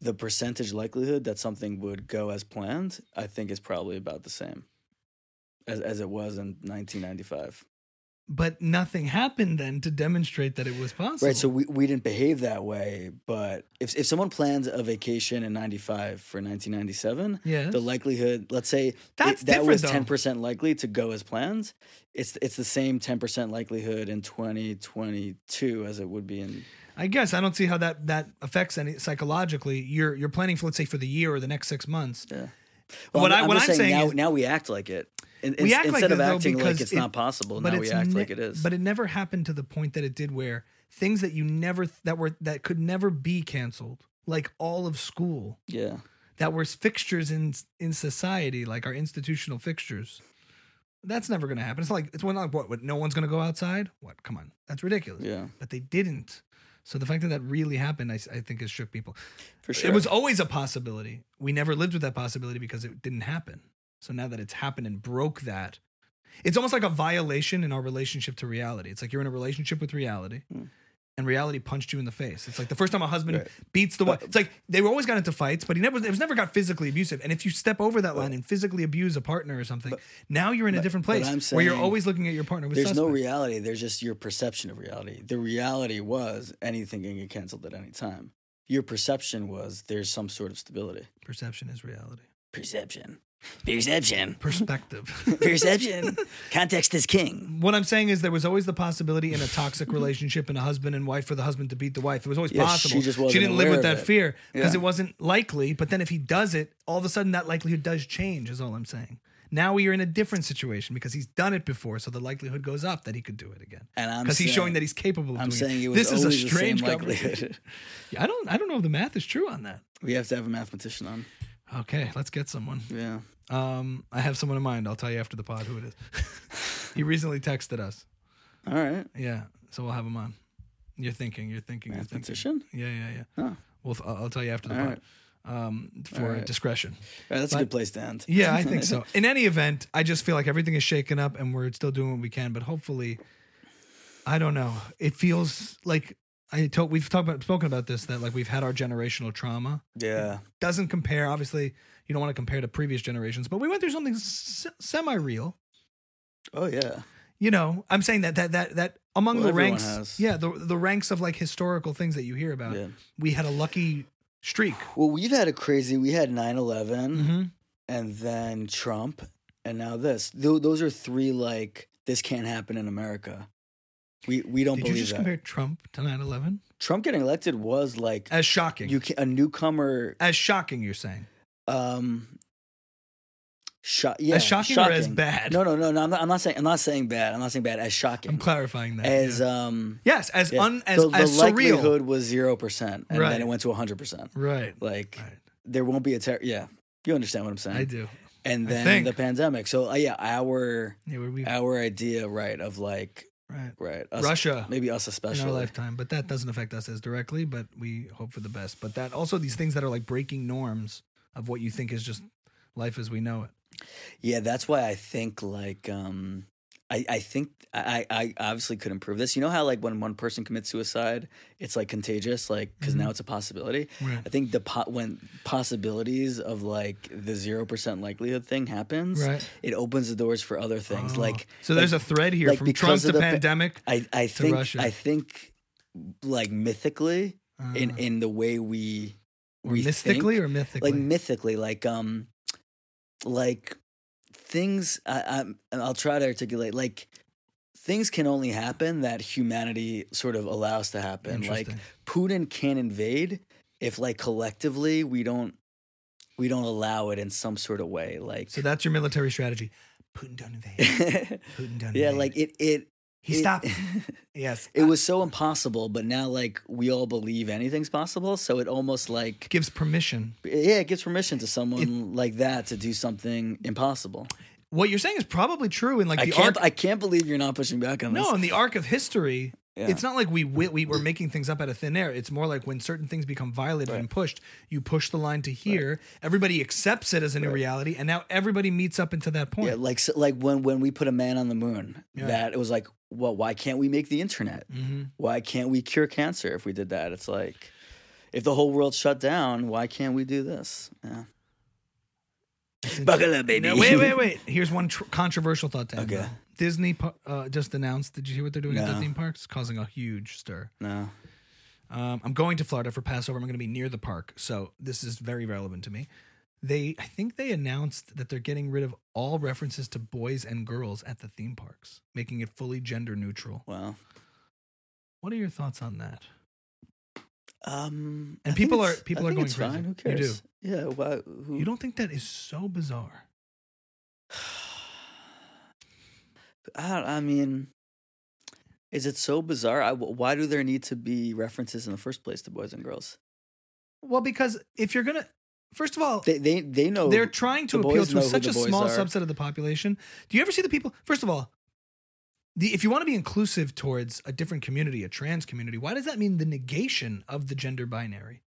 Speaker 2: the percentage likelihood that something would go as planned, I think is probably about the same as as it was in 1995.
Speaker 1: but nothing happened then to demonstrate that it was possible.
Speaker 2: Right, so we, we didn't behave that way, but if if someone plans a vacation in 95 for 1997,
Speaker 1: yeah,
Speaker 2: the likelihood, let's say
Speaker 1: That's
Speaker 2: that
Speaker 1: different,
Speaker 2: was
Speaker 1: though.
Speaker 2: 10% likely to go as planned, it's it's the same 10% likelihood in 2022 as it would be in
Speaker 1: I guess I don't see how that that affects any psychologically. You're you're planning for let's say for the year or the next six months.
Speaker 2: Yeah.
Speaker 1: Well, what
Speaker 2: I'm-
Speaker 1: I-
Speaker 2: I'm
Speaker 1: what
Speaker 2: just
Speaker 1: I'm saying
Speaker 2: now,
Speaker 1: is-
Speaker 2: now we act like it. In,
Speaker 1: We
Speaker 2: in-
Speaker 1: act like
Speaker 2: instead
Speaker 1: it,
Speaker 2: of
Speaker 1: though,
Speaker 2: acting
Speaker 1: because
Speaker 2: like it's
Speaker 1: it-
Speaker 2: not possible, now we act
Speaker 1: ne-
Speaker 2: like it is.
Speaker 1: But it never happened to the point that it did where things that you never th- that were that could never be canceled, like all of school,
Speaker 2: yeah,
Speaker 1: that were fixtures in in society, like our institutional fixtures. That's never going to happen. It's like it's one like what, what no one's going to go outside. What? Come on, that's ridiculous.
Speaker 2: yeah,
Speaker 1: But they didn't. So the fact that that really happened, I, s- I think, has shook people.
Speaker 2: for sure.
Speaker 1: It was always a possibility. We never lived with that possibility because it didn't happen. So now that it's happened and broke that, it's almost like a violation in our relationship to reality. It's like you're in a relationship with reality.
Speaker 2: Hmm.
Speaker 1: And reality punched you in the face. It's like the first time a husband
Speaker 2: Right.
Speaker 1: beats the wife.
Speaker 2: But-
Speaker 1: It's like they always got into fights, but he never it was never got physically abusive. And if you step over that line and physically abuse a partner or something, now you're in a different
Speaker 2: but
Speaker 1: place
Speaker 2: I'm
Speaker 1: where you're
Speaker 2: saying
Speaker 1: always looking at your partner. With
Speaker 2: There's no
Speaker 1: suspect.
Speaker 2: reality. There's just your perception of reality. The reality was anything can get canceled at any time. Your perception was there's some sort of stability.
Speaker 1: perception is reality.
Speaker 2: Perception. Perception.
Speaker 1: Perspective.
Speaker 2: Perception. Context is king.
Speaker 1: what I'm saying is there was always the possibility in a toxic relationship in a husband and wife for the husband to beat the wife. It was always
Speaker 2: Mm-hmm. Yeah,
Speaker 1: possible.
Speaker 2: she just wasn't
Speaker 1: didn't live
Speaker 2: aware
Speaker 1: with
Speaker 2: of
Speaker 1: that
Speaker 2: it.
Speaker 1: fear because
Speaker 2: Yeah.
Speaker 1: it wasn't likely. But then if he does it, all of a sudden that likelihood does change. Is all I'm saying. Now we are in a different situation because he's done it before, so the likelihood goes up that he could do it again.
Speaker 2: And I'm
Speaker 1: Because he's
Speaker 2: saying-
Speaker 1: showing that he's capable of
Speaker 2: I'm
Speaker 1: doing
Speaker 2: saying
Speaker 1: it.
Speaker 2: it was
Speaker 1: this is a
Speaker 2: always the same
Speaker 1: strange
Speaker 2: likelihood.
Speaker 1: conversation. Yeah, I don't. I don't know if the math is true on that.
Speaker 2: We have to have a mathematician on.
Speaker 1: Okay, let's get someone.
Speaker 2: Yeah.
Speaker 1: Um, I have someone in mind. I'll tell you after the pod who it is. he recently texted us.
Speaker 2: All right.
Speaker 1: Yeah, so we'll have him on. You're thinking. You're thinking. You're thinking.
Speaker 2: Mathematician.
Speaker 1: Yeah, yeah, yeah.
Speaker 2: Huh. All
Speaker 1: Well, th- I'll I'll tell you after the
Speaker 2: All
Speaker 1: pod. Um, for
Speaker 2: right.
Speaker 1: discretion.
Speaker 2: right. That's a
Speaker 1: But-
Speaker 2: good place to end.
Speaker 1: Yeah, I think so. In any event, I just feel like everything is shaken up and we're still doing what we can, but hopefully, I don't know. It feels like I told we've talked about spoken about this that like we've had our generational trauma.
Speaker 2: Yeah.
Speaker 1: Doesn't compare. Obviously, you don't want to compare to previous generations, but we went through something s- semi real.
Speaker 2: Oh yeah.
Speaker 1: you know, I'm saying that that that that among
Speaker 2: Well,
Speaker 1: the
Speaker 2: everyone
Speaker 1: ranks,
Speaker 2: has.
Speaker 1: yeah, the the ranks of like historical things that you hear about,
Speaker 2: Yeah.
Speaker 1: we had a lucky streak.
Speaker 2: Well, we've had a crazy. We had 9/11
Speaker 1: Mm-hmm.
Speaker 2: and then Trump and now this. Tho- those are three like this can't happen in America. We we don't
Speaker 1: Did you
Speaker 2: believe
Speaker 1: just
Speaker 2: that.
Speaker 1: compare Trump to 9/11?
Speaker 2: Trump getting elected was like
Speaker 1: As shocking,
Speaker 2: you can, a newcomer
Speaker 1: as shocking, you're saying,
Speaker 2: um sho- yeah,
Speaker 1: as shocking, or as bad?
Speaker 2: No, no, no, no. I'm not, I'm not saying I'm not saying bad. I'm not saying bad as shocking.
Speaker 1: I'm clarifying that.
Speaker 2: as
Speaker 1: yeah.
Speaker 2: um
Speaker 1: yes, as
Speaker 2: yeah.
Speaker 1: un as
Speaker 2: the, the
Speaker 1: as surreal,
Speaker 2: likelihood was 0% and
Speaker 1: Right.
Speaker 2: then it went to 100%.
Speaker 1: right?
Speaker 2: Like
Speaker 1: Right.
Speaker 2: there won't be a ter- yeah. You understand what I'm saying?
Speaker 1: I do.
Speaker 2: And
Speaker 1: I
Speaker 2: then
Speaker 1: think.
Speaker 2: the pandemic. So uh, yeah, our
Speaker 1: Yeah, where we
Speaker 2: our idea right of like
Speaker 1: right
Speaker 2: right us,
Speaker 1: Russia
Speaker 2: maybe us
Speaker 1: in
Speaker 2: especially.
Speaker 1: our lifetime, but that doesn't affect us as directly. But we hope for the best. But that also these things that are like breaking norms of what you think is just life as we know it.
Speaker 2: Yeah, that's why I think like um I, I think I, I I obviously couldn't prove this. You know how like when one person commits suicide, it's like contagious, like because
Speaker 1: Mm-hmm.
Speaker 2: now it's a possibility.
Speaker 1: Right.
Speaker 2: I think the po- when possibilities of like the zero percent likelihood thing happens,
Speaker 1: Right.
Speaker 2: it opens the doors for other things.
Speaker 1: Oh.
Speaker 2: Like
Speaker 1: so there's
Speaker 2: like-
Speaker 1: a thread here
Speaker 2: like
Speaker 1: from Trump
Speaker 2: because of
Speaker 1: to
Speaker 2: the pa-
Speaker 1: pandemic.
Speaker 2: I I think
Speaker 1: Russia.
Speaker 2: I think like mythically
Speaker 1: Uh,
Speaker 2: in in the way we
Speaker 1: or
Speaker 2: we
Speaker 1: mystically
Speaker 2: think,
Speaker 1: or mythically?
Speaker 2: like mythically like um like things I, I i'll try to articulate like things can only happen that humanity sort of allows to happen like
Speaker 1: Interesting.
Speaker 2: putin can invade if like collectively we don't we don't allow it in some sort of way like
Speaker 1: so that's your military strategy. Putin don't invade. Putin don't invade.
Speaker 2: yeah like it it
Speaker 1: he
Speaker 2: it-
Speaker 1: stopped. yes,
Speaker 2: it was so impossible but now like we all believe anything's possible so it almost like
Speaker 1: gives permission.
Speaker 2: yeah it gives permission to someone like that to do something impossible
Speaker 1: What you're saying is probably true in like
Speaker 2: I
Speaker 1: the
Speaker 2: can't.
Speaker 1: arc.
Speaker 2: I can't believe you're not pushing back on this.
Speaker 1: no, in the arc of history,
Speaker 2: Yeah.
Speaker 1: it's not like we, we we were making things up out of thin air. It's more like when certain things become violated and pushed, you push the line to here. Everybody accepts it as a new reality, and now everybody meets up into that point.
Speaker 2: yeah, like so, like when when we put a man on the moon, that it was like, well, why can't we make the internet?
Speaker 1: Mm-hmm.
Speaker 2: Why can't we cure cancer if we did that? It's like, if the whole world shut down, why can't we do this? Yeah. Buckle up, baby.
Speaker 1: Now, wait, wait, wait. Here's one tr- controversial thought to end
Speaker 2: Okay.
Speaker 1: on. Disney par- uh, just announced. Did you hear what they're doing at
Speaker 2: No.
Speaker 1: Disney parks? It's causing a huge stir.
Speaker 2: No.
Speaker 1: Um, I'm going to Florida for Passover. I'm going to be near the park, so this is very relevant to me. They, I think they announced that they're getting rid of all references to boys and girls at the theme parks, making it fully gender neutral.
Speaker 2: Well.
Speaker 1: What are your thoughts on that?
Speaker 2: Um.
Speaker 1: And
Speaker 2: I think
Speaker 1: people
Speaker 2: it's-
Speaker 1: are- people
Speaker 2: I
Speaker 1: are
Speaker 2: think
Speaker 1: going
Speaker 2: it's
Speaker 1: crazy.
Speaker 2: Fine. Who
Speaker 1: You do.
Speaker 2: cares? Yeah. Why? Who,
Speaker 1: You don't think that is so bizarre?
Speaker 2: I, don't- I mean, is it so bizarre? I, why do there need to be references in the first place to boys and girls?
Speaker 1: Well, because if you're gonna, first of all,
Speaker 2: They they they know
Speaker 1: they're trying to
Speaker 2: the
Speaker 1: appeal
Speaker 2: boys
Speaker 1: to
Speaker 2: know who
Speaker 1: such
Speaker 2: the
Speaker 1: a
Speaker 2: boys
Speaker 1: small
Speaker 2: are.
Speaker 1: subset of the population. Do you ever see the people? First of all, the, if you want to be inclusive towards a different community, a trans community, why does that mean the negation of the gender binary,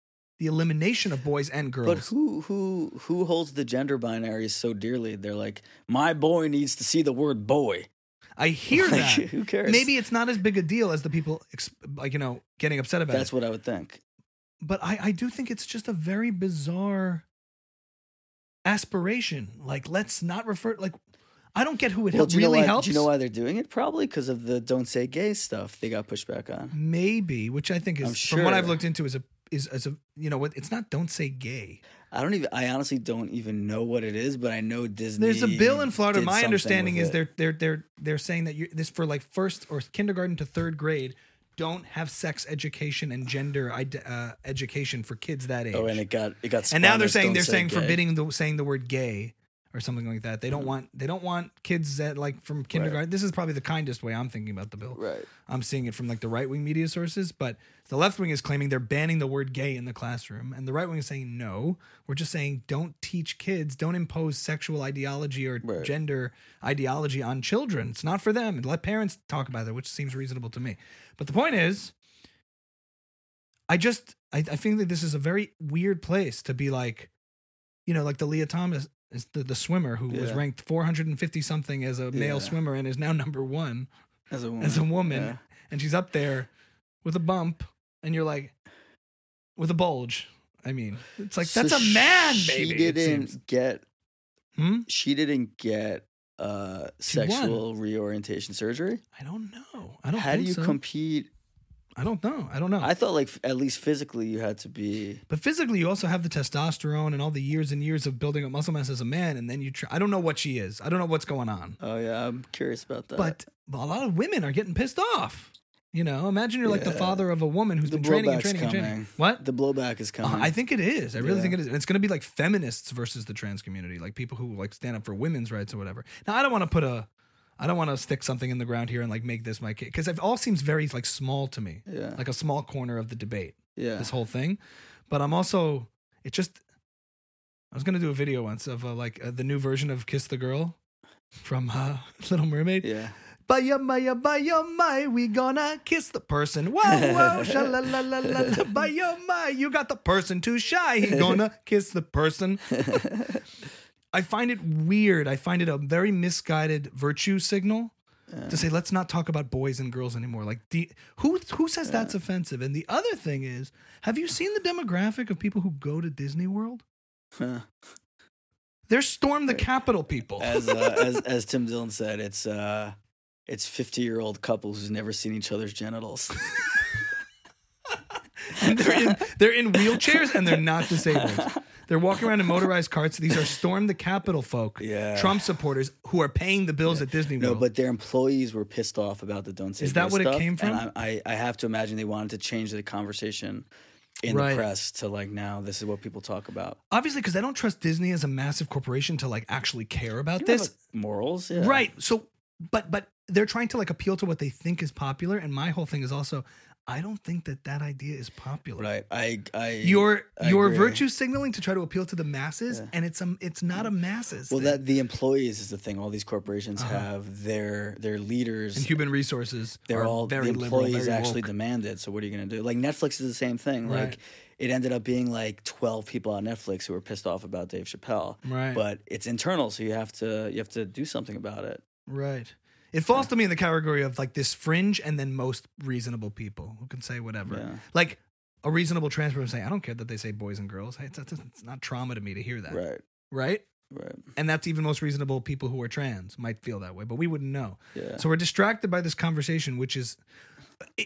Speaker 1: the elimination of boys and
Speaker 2: But
Speaker 1: girls?
Speaker 2: who who who holds the gender binary so dearly? They're like, my boy needs to see the word boy.
Speaker 1: I hear
Speaker 2: Like,
Speaker 1: that.
Speaker 2: Who cares?
Speaker 1: Maybe it's not as big a deal as the people, ex- like you know, getting upset about
Speaker 2: that's
Speaker 1: it.
Speaker 2: what I would think.
Speaker 1: But I, I do think it's just a very bizarre aspiration. Like, let's not refer. Like, I don't get who it
Speaker 2: Well,
Speaker 1: hel-
Speaker 2: do you
Speaker 1: really
Speaker 2: know why,
Speaker 1: helps.
Speaker 2: Do you know why they're doing it? Probably because of the "don't say gay" stuff they got pushed back on.
Speaker 1: maybe, which I think
Speaker 2: I'm
Speaker 1: is from what I've
Speaker 2: sure.
Speaker 1: looked into is a is as a you know what it's not don't say gay.
Speaker 2: I don't even. I honestly don't even know what it is, but I know Disney.
Speaker 1: There's a bill in Florida.
Speaker 2: did
Speaker 1: My
Speaker 2: something
Speaker 1: understanding
Speaker 2: with
Speaker 1: is
Speaker 2: it.
Speaker 1: they're they're they're they're saying that you this for like first or kindergarten to third grade don't have sex education and gender ide- uh, education for kids that age.
Speaker 2: Oh, and it got it got.
Speaker 1: and now they're
Speaker 2: spineless,
Speaker 1: saying
Speaker 2: don't
Speaker 1: they're
Speaker 2: say
Speaker 1: saying
Speaker 2: gay. Mm-hmm.
Speaker 1: forbidding the saying the word gay or something like that. They don't want they don't want kids that like from kindergarten. This is probably the kindest way I'm thinking about the bill.
Speaker 2: Right.
Speaker 1: I'm seeing it from like the right wing media sources, but the left wing is claiming they're banning the word gay in the classroom, and the right wing is saying no. We're just saying don't teach kids, don't impose sexual ideology or
Speaker 2: Right.
Speaker 1: gender ideology on children. It's not for them. Let parents talk about it, which seems reasonable to me. But the point is, I just I, I think that this is a very weird place to be like, you know, like the Leah Thomas is the, the swimmer who was
Speaker 2: Yeah.
Speaker 1: ranked 450 something as a male
Speaker 2: Yeah.
Speaker 1: swimmer and is now number one
Speaker 2: As a woman.
Speaker 1: as a woman
Speaker 2: Yeah.
Speaker 1: and she's up there with a bump and you're like with a bulge i mean it's like
Speaker 2: So
Speaker 1: that's a man
Speaker 2: She
Speaker 1: baby it
Speaker 2: didn't
Speaker 1: seems.
Speaker 2: get.
Speaker 1: Hmm?
Speaker 2: She didn't get uh
Speaker 1: She won.
Speaker 2: sexual reorientation surgery.
Speaker 1: i don't know i don't
Speaker 2: How do
Speaker 1: think
Speaker 2: you
Speaker 1: so. Oh.
Speaker 2: compete?
Speaker 1: i don't know i don't know
Speaker 2: I thought like f- at least physically you had to be.
Speaker 1: but physically you also have the testosterone and all the years and years of building up muscle mass as a man and then you try i don't know what she is i don't know what's going on
Speaker 2: Oh yeah, I'm curious about that.
Speaker 1: but a lot of women are getting pissed off you know imagine you're like the
Speaker 2: Yeah.
Speaker 1: father of a woman who's
Speaker 2: The
Speaker 1: been training and
Speaker 2: blowback's
Speaker 1: training and training
Speaker 2: coming.
Speaker 1: what
Speaker 2: the blowback is
Speaker 1: Uh,
Speaker 2: coming.
Speaker 1: I think it is. I really
Speaker 2: Uh-huh. Yeah.
Speaker 1: think it is. And it's going to be like feminists versus the trans community, like people who like stand up for women's rights or whatever. Now, I don't want to put a, I don't want to stick something in the ground here and like make this my case because it all seems very like small to me,
Speaker 2: Yeah.
Speaker 1: like a small corner of the debate,
Speaker 2: yeah.
Speaker 1: this whole thing. But I'm also, it just, I was going to do a video once of uh, like uh, the new version of Kiss the Girl from uh, Little Mermaid.
Speaker 2: yeah.
Speaker 1: Baya maya baya my, we gonna kiss the person. Whoa whoa, shala la la la la. Baya my, you got the person too shy. He gonna kiss the person. I find it weird. I find it a very misguided virtue signal to say let's not talk about boys and girls anymore. Like the, who who says that's offensive? And the other thing is, have you seen the demographic of people who go to Disney World?
Speaker 2: Huh.
Speaker 1: They're storm the Capitol people.
Speaker 2: as uh, as as Tim Dillon said, it's uh, it's fifty year old couples who's never seen each other's genitals.
Speaker 1: And they're in they're in wheelchairs and they're not disabled. They're walking around in motorized carts. These are storm the Capitol folk,
Speaker 2: Yeah.
Speaker 1: Trump supporters who are paying the bills at Disney
Speaker 2: No,
Speaker 1: World.
Speaker 2: but their employees were pissed off about the don't say.
Speaker 1: Is that
Speaker 2: gay
Speaker 1: what it
Speaker 2: stuff,
Speaker 1: came from?
Speaker 2: And I, I I have to imagine they wanted to change the conversation in
Speaker 1: Right.
Speaker 2: the press to like now this is what people talk about.
Speaker 1: obviously, because I don't trust Disney as a massive corporation to like actually care about
Speaker 2: You don't
Speaker 1: this,
Speaker 2: have morals, yeah.
Speaker 1: right? So, but but they're trying to like appeal to what they think is popular. And my whole thing is also, I don't think that that idea is popular.
Speaker 2: Right. I I
Speaker 1: Your
Speaker 2: I
Speaker 1: your
Speaker 2: agree.
Speaker 1: virtue signaling to try to appeal to the masses, and it's um it's not a masses.
Speaker 2: Well,
Speaker 1: thing.
Speaker 2: that the employees is the thing. All these corporations
Speaker 1: Uh-huh.
Speaker 2: have their their leaders.
Speaker 1: and human resources
Speaker 2: they're
Speaker 1: are
Speaker 2: all
Speaker 1: very
Speaker 2: the
Speaker 1: liberal,
Speaker 2: employees
Speaker 1: very
Speaker 2: actually
Speaker 1: woke.
Speaker 2: demand it. So what are you going to do? Like Netflix is the same thing.
Speaker 1: Right.
Speaker 2: Like it ended up being like twelve people on Netflix who were pissed off about Dave Chappelle.
Speaker 1: Right.
Speaker 2: But it's internal, so you have to you have to do something about it.
Speaker 1: Right. It falls to me in the category of like this fringe and then most reasonable people who can say whatever.
Speaker 2: Yeah.
Speaker 1: Like a reasonable trans person saying, I don't care that they say boys and girls. Hey, it's, it's, it's not trauma to me to hear that.
Speaker 2: Right.
Speaker 1: Right?
Speaker 2: Right.
Speaker 1: And that's even most reasonable people who are trans might feel that way, but we wouldn't know.
Speaker 2: Yeah.
Speaker 1: So we're distracted by this conversation, which is,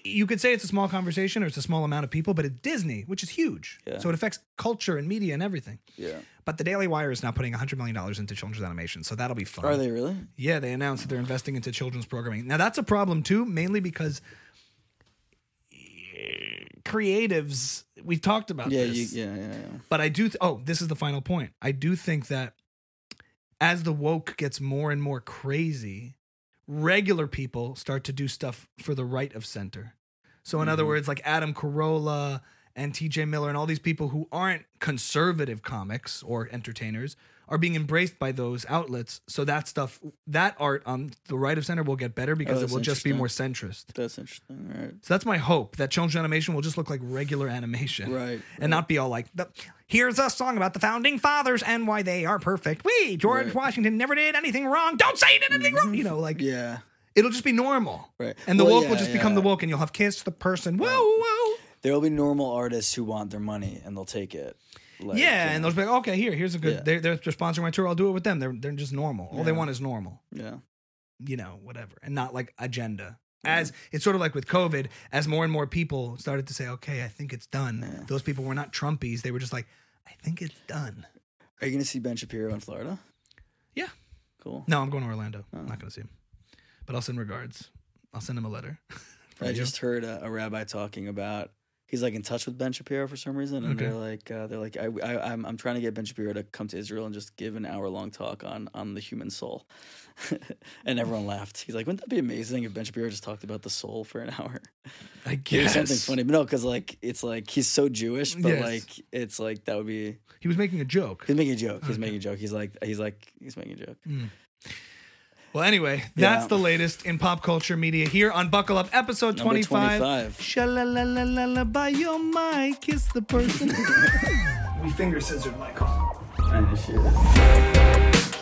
Speaker 1: you could say it's a small conversation or it's a small amount of people, but at Disney, which is huge.
Speaker 2: Yeah.
Speaker 1: So it affects culture and media and everything.
Speaker 2: yeah.
Speaker 1: But the Daily Wire is now putting $100 million into children's animation. So that'll be fun.
Speaker 2: Are they really?
Speaker 1: Yeah, they announced that they're investing into children's programming. Now that's a problem too, mainly because eh, creatives. We've talked about
Speaker 2: Yeah,
Speaker 1: this,
Speaker 2: you, yeah. Yeah. Yeah.
Speaker 1: but I do. Th- oh, this is the final point. I do think that as the woke gets more and more crazy, regular people start to do stuff for the right of center. So, in other
Speaker 2: Mm-hmm.
Speaker 1: words, like Adam Carolla and TJ Miller and all these people who aren't conservative comics or entertainers are being embraced by those outlets. So, that stuff, that art on the right of center will get better because it
Speaker 2: Oh, that's
Speaker 1: will just be more
Speaker 2: interesting.
Speaker 1: centrist.
Speaker 2: That's interesting. All right.
Speaker 1: So, that's my hope that children's animation will just look like regular animation
Speaker 2: Right.
Speaker 1: and not be all like, the, here's a song about the founding fathers and why they are perfect. We, George
Speaker 2: Right.
Speaker 1: Washington never did anything wrong. Don't say he did anything wrong. You know, like,
Speaker 2: Yeah.
Speaker 1: it'll just be normal.
Speaker 2: Right.
Speaker 1: And the
Speaker 2: Well,
Speaker 1: woke will
Speaker 2: yeah,
Speaker 1: just become the
Speaker 2: yeah.
Speaker 1: woke and you'll have kiss the person. Whoa, whoa.
Speaker 2: There will be normal artists who want their money and they'll take it. Like,
Speaker 1: yeah.
Speaker 2: you
Speaker 1: And
Speaker 2: know,
Speaker 1: they'll just be like, okay, here, here's a good,
Speaker 2: Yeah.
Speaker 1: they're, they're they're sponsoring my tour. I'll do it with them. They're, they're just normal. All they want is normal,
Speaker 2: yeah.
Speaker 1: you know, whatever. And not like agenda. As it's sort of like with COVID, as more and more people started to say, "Okay, I think it's done."
Speaker 2: Yeah.
Speaker 1: Those people were not Trumpies; they were just like, "I think it's done."
Speaker 2: Are you going to see Ben Shapiro in Florida?
Speaker 1: Yeah.
Speaker 2: Cool.
Speaker 1: No, I'm going to Orlando.
Speaker 2: Oh.
Speaker 1: I'm not going to see him, but I'll send regards. I'll send him a letter. From
Speaker 2: I
Speaker 1: you.
Speaker 2: just heard a, a rabbi talking about he's like in touch with Ben Shapiro for some reason, and
Speaker 1: Okay.
Speaker 2: they're like uh, they're like I, I I'm I'm trying to get Ben Shapiro to come to Israel and just give an hour long talk on on the human soul, and everyone laughed. He's like, wouldn't that be amazing if Ben Shapiro just talked about the soul for an hour?
Speaker 1: I
Speaker 2: It was
Speaker 1: guess
Speaker 2: something funny, but no, because like it's like he's so Jewish, but
Speaker 1: Yes.
Speaker 2: like it's like that would be
Speaker 1: He was making a joke.
Speaker 2: he's making a joke. He's
Speaker 1: Okay.
Speaker 2: making a joke. He's like he's like he's making a joke.
Speaker 1: Hmm. Well, anyway, that's
Speaker 2: Yeah.
Speaker 1: the latest in pop culture media here on Buckle Up, episode
Speaker 2: Number
Speaker 1: 25.
Speaker 2: 25.
Speaker 1: Sha-la-la-la-la-la, by your mic, kiss the person. we finger scissored Michael.
Speaker 2: Kind of shit.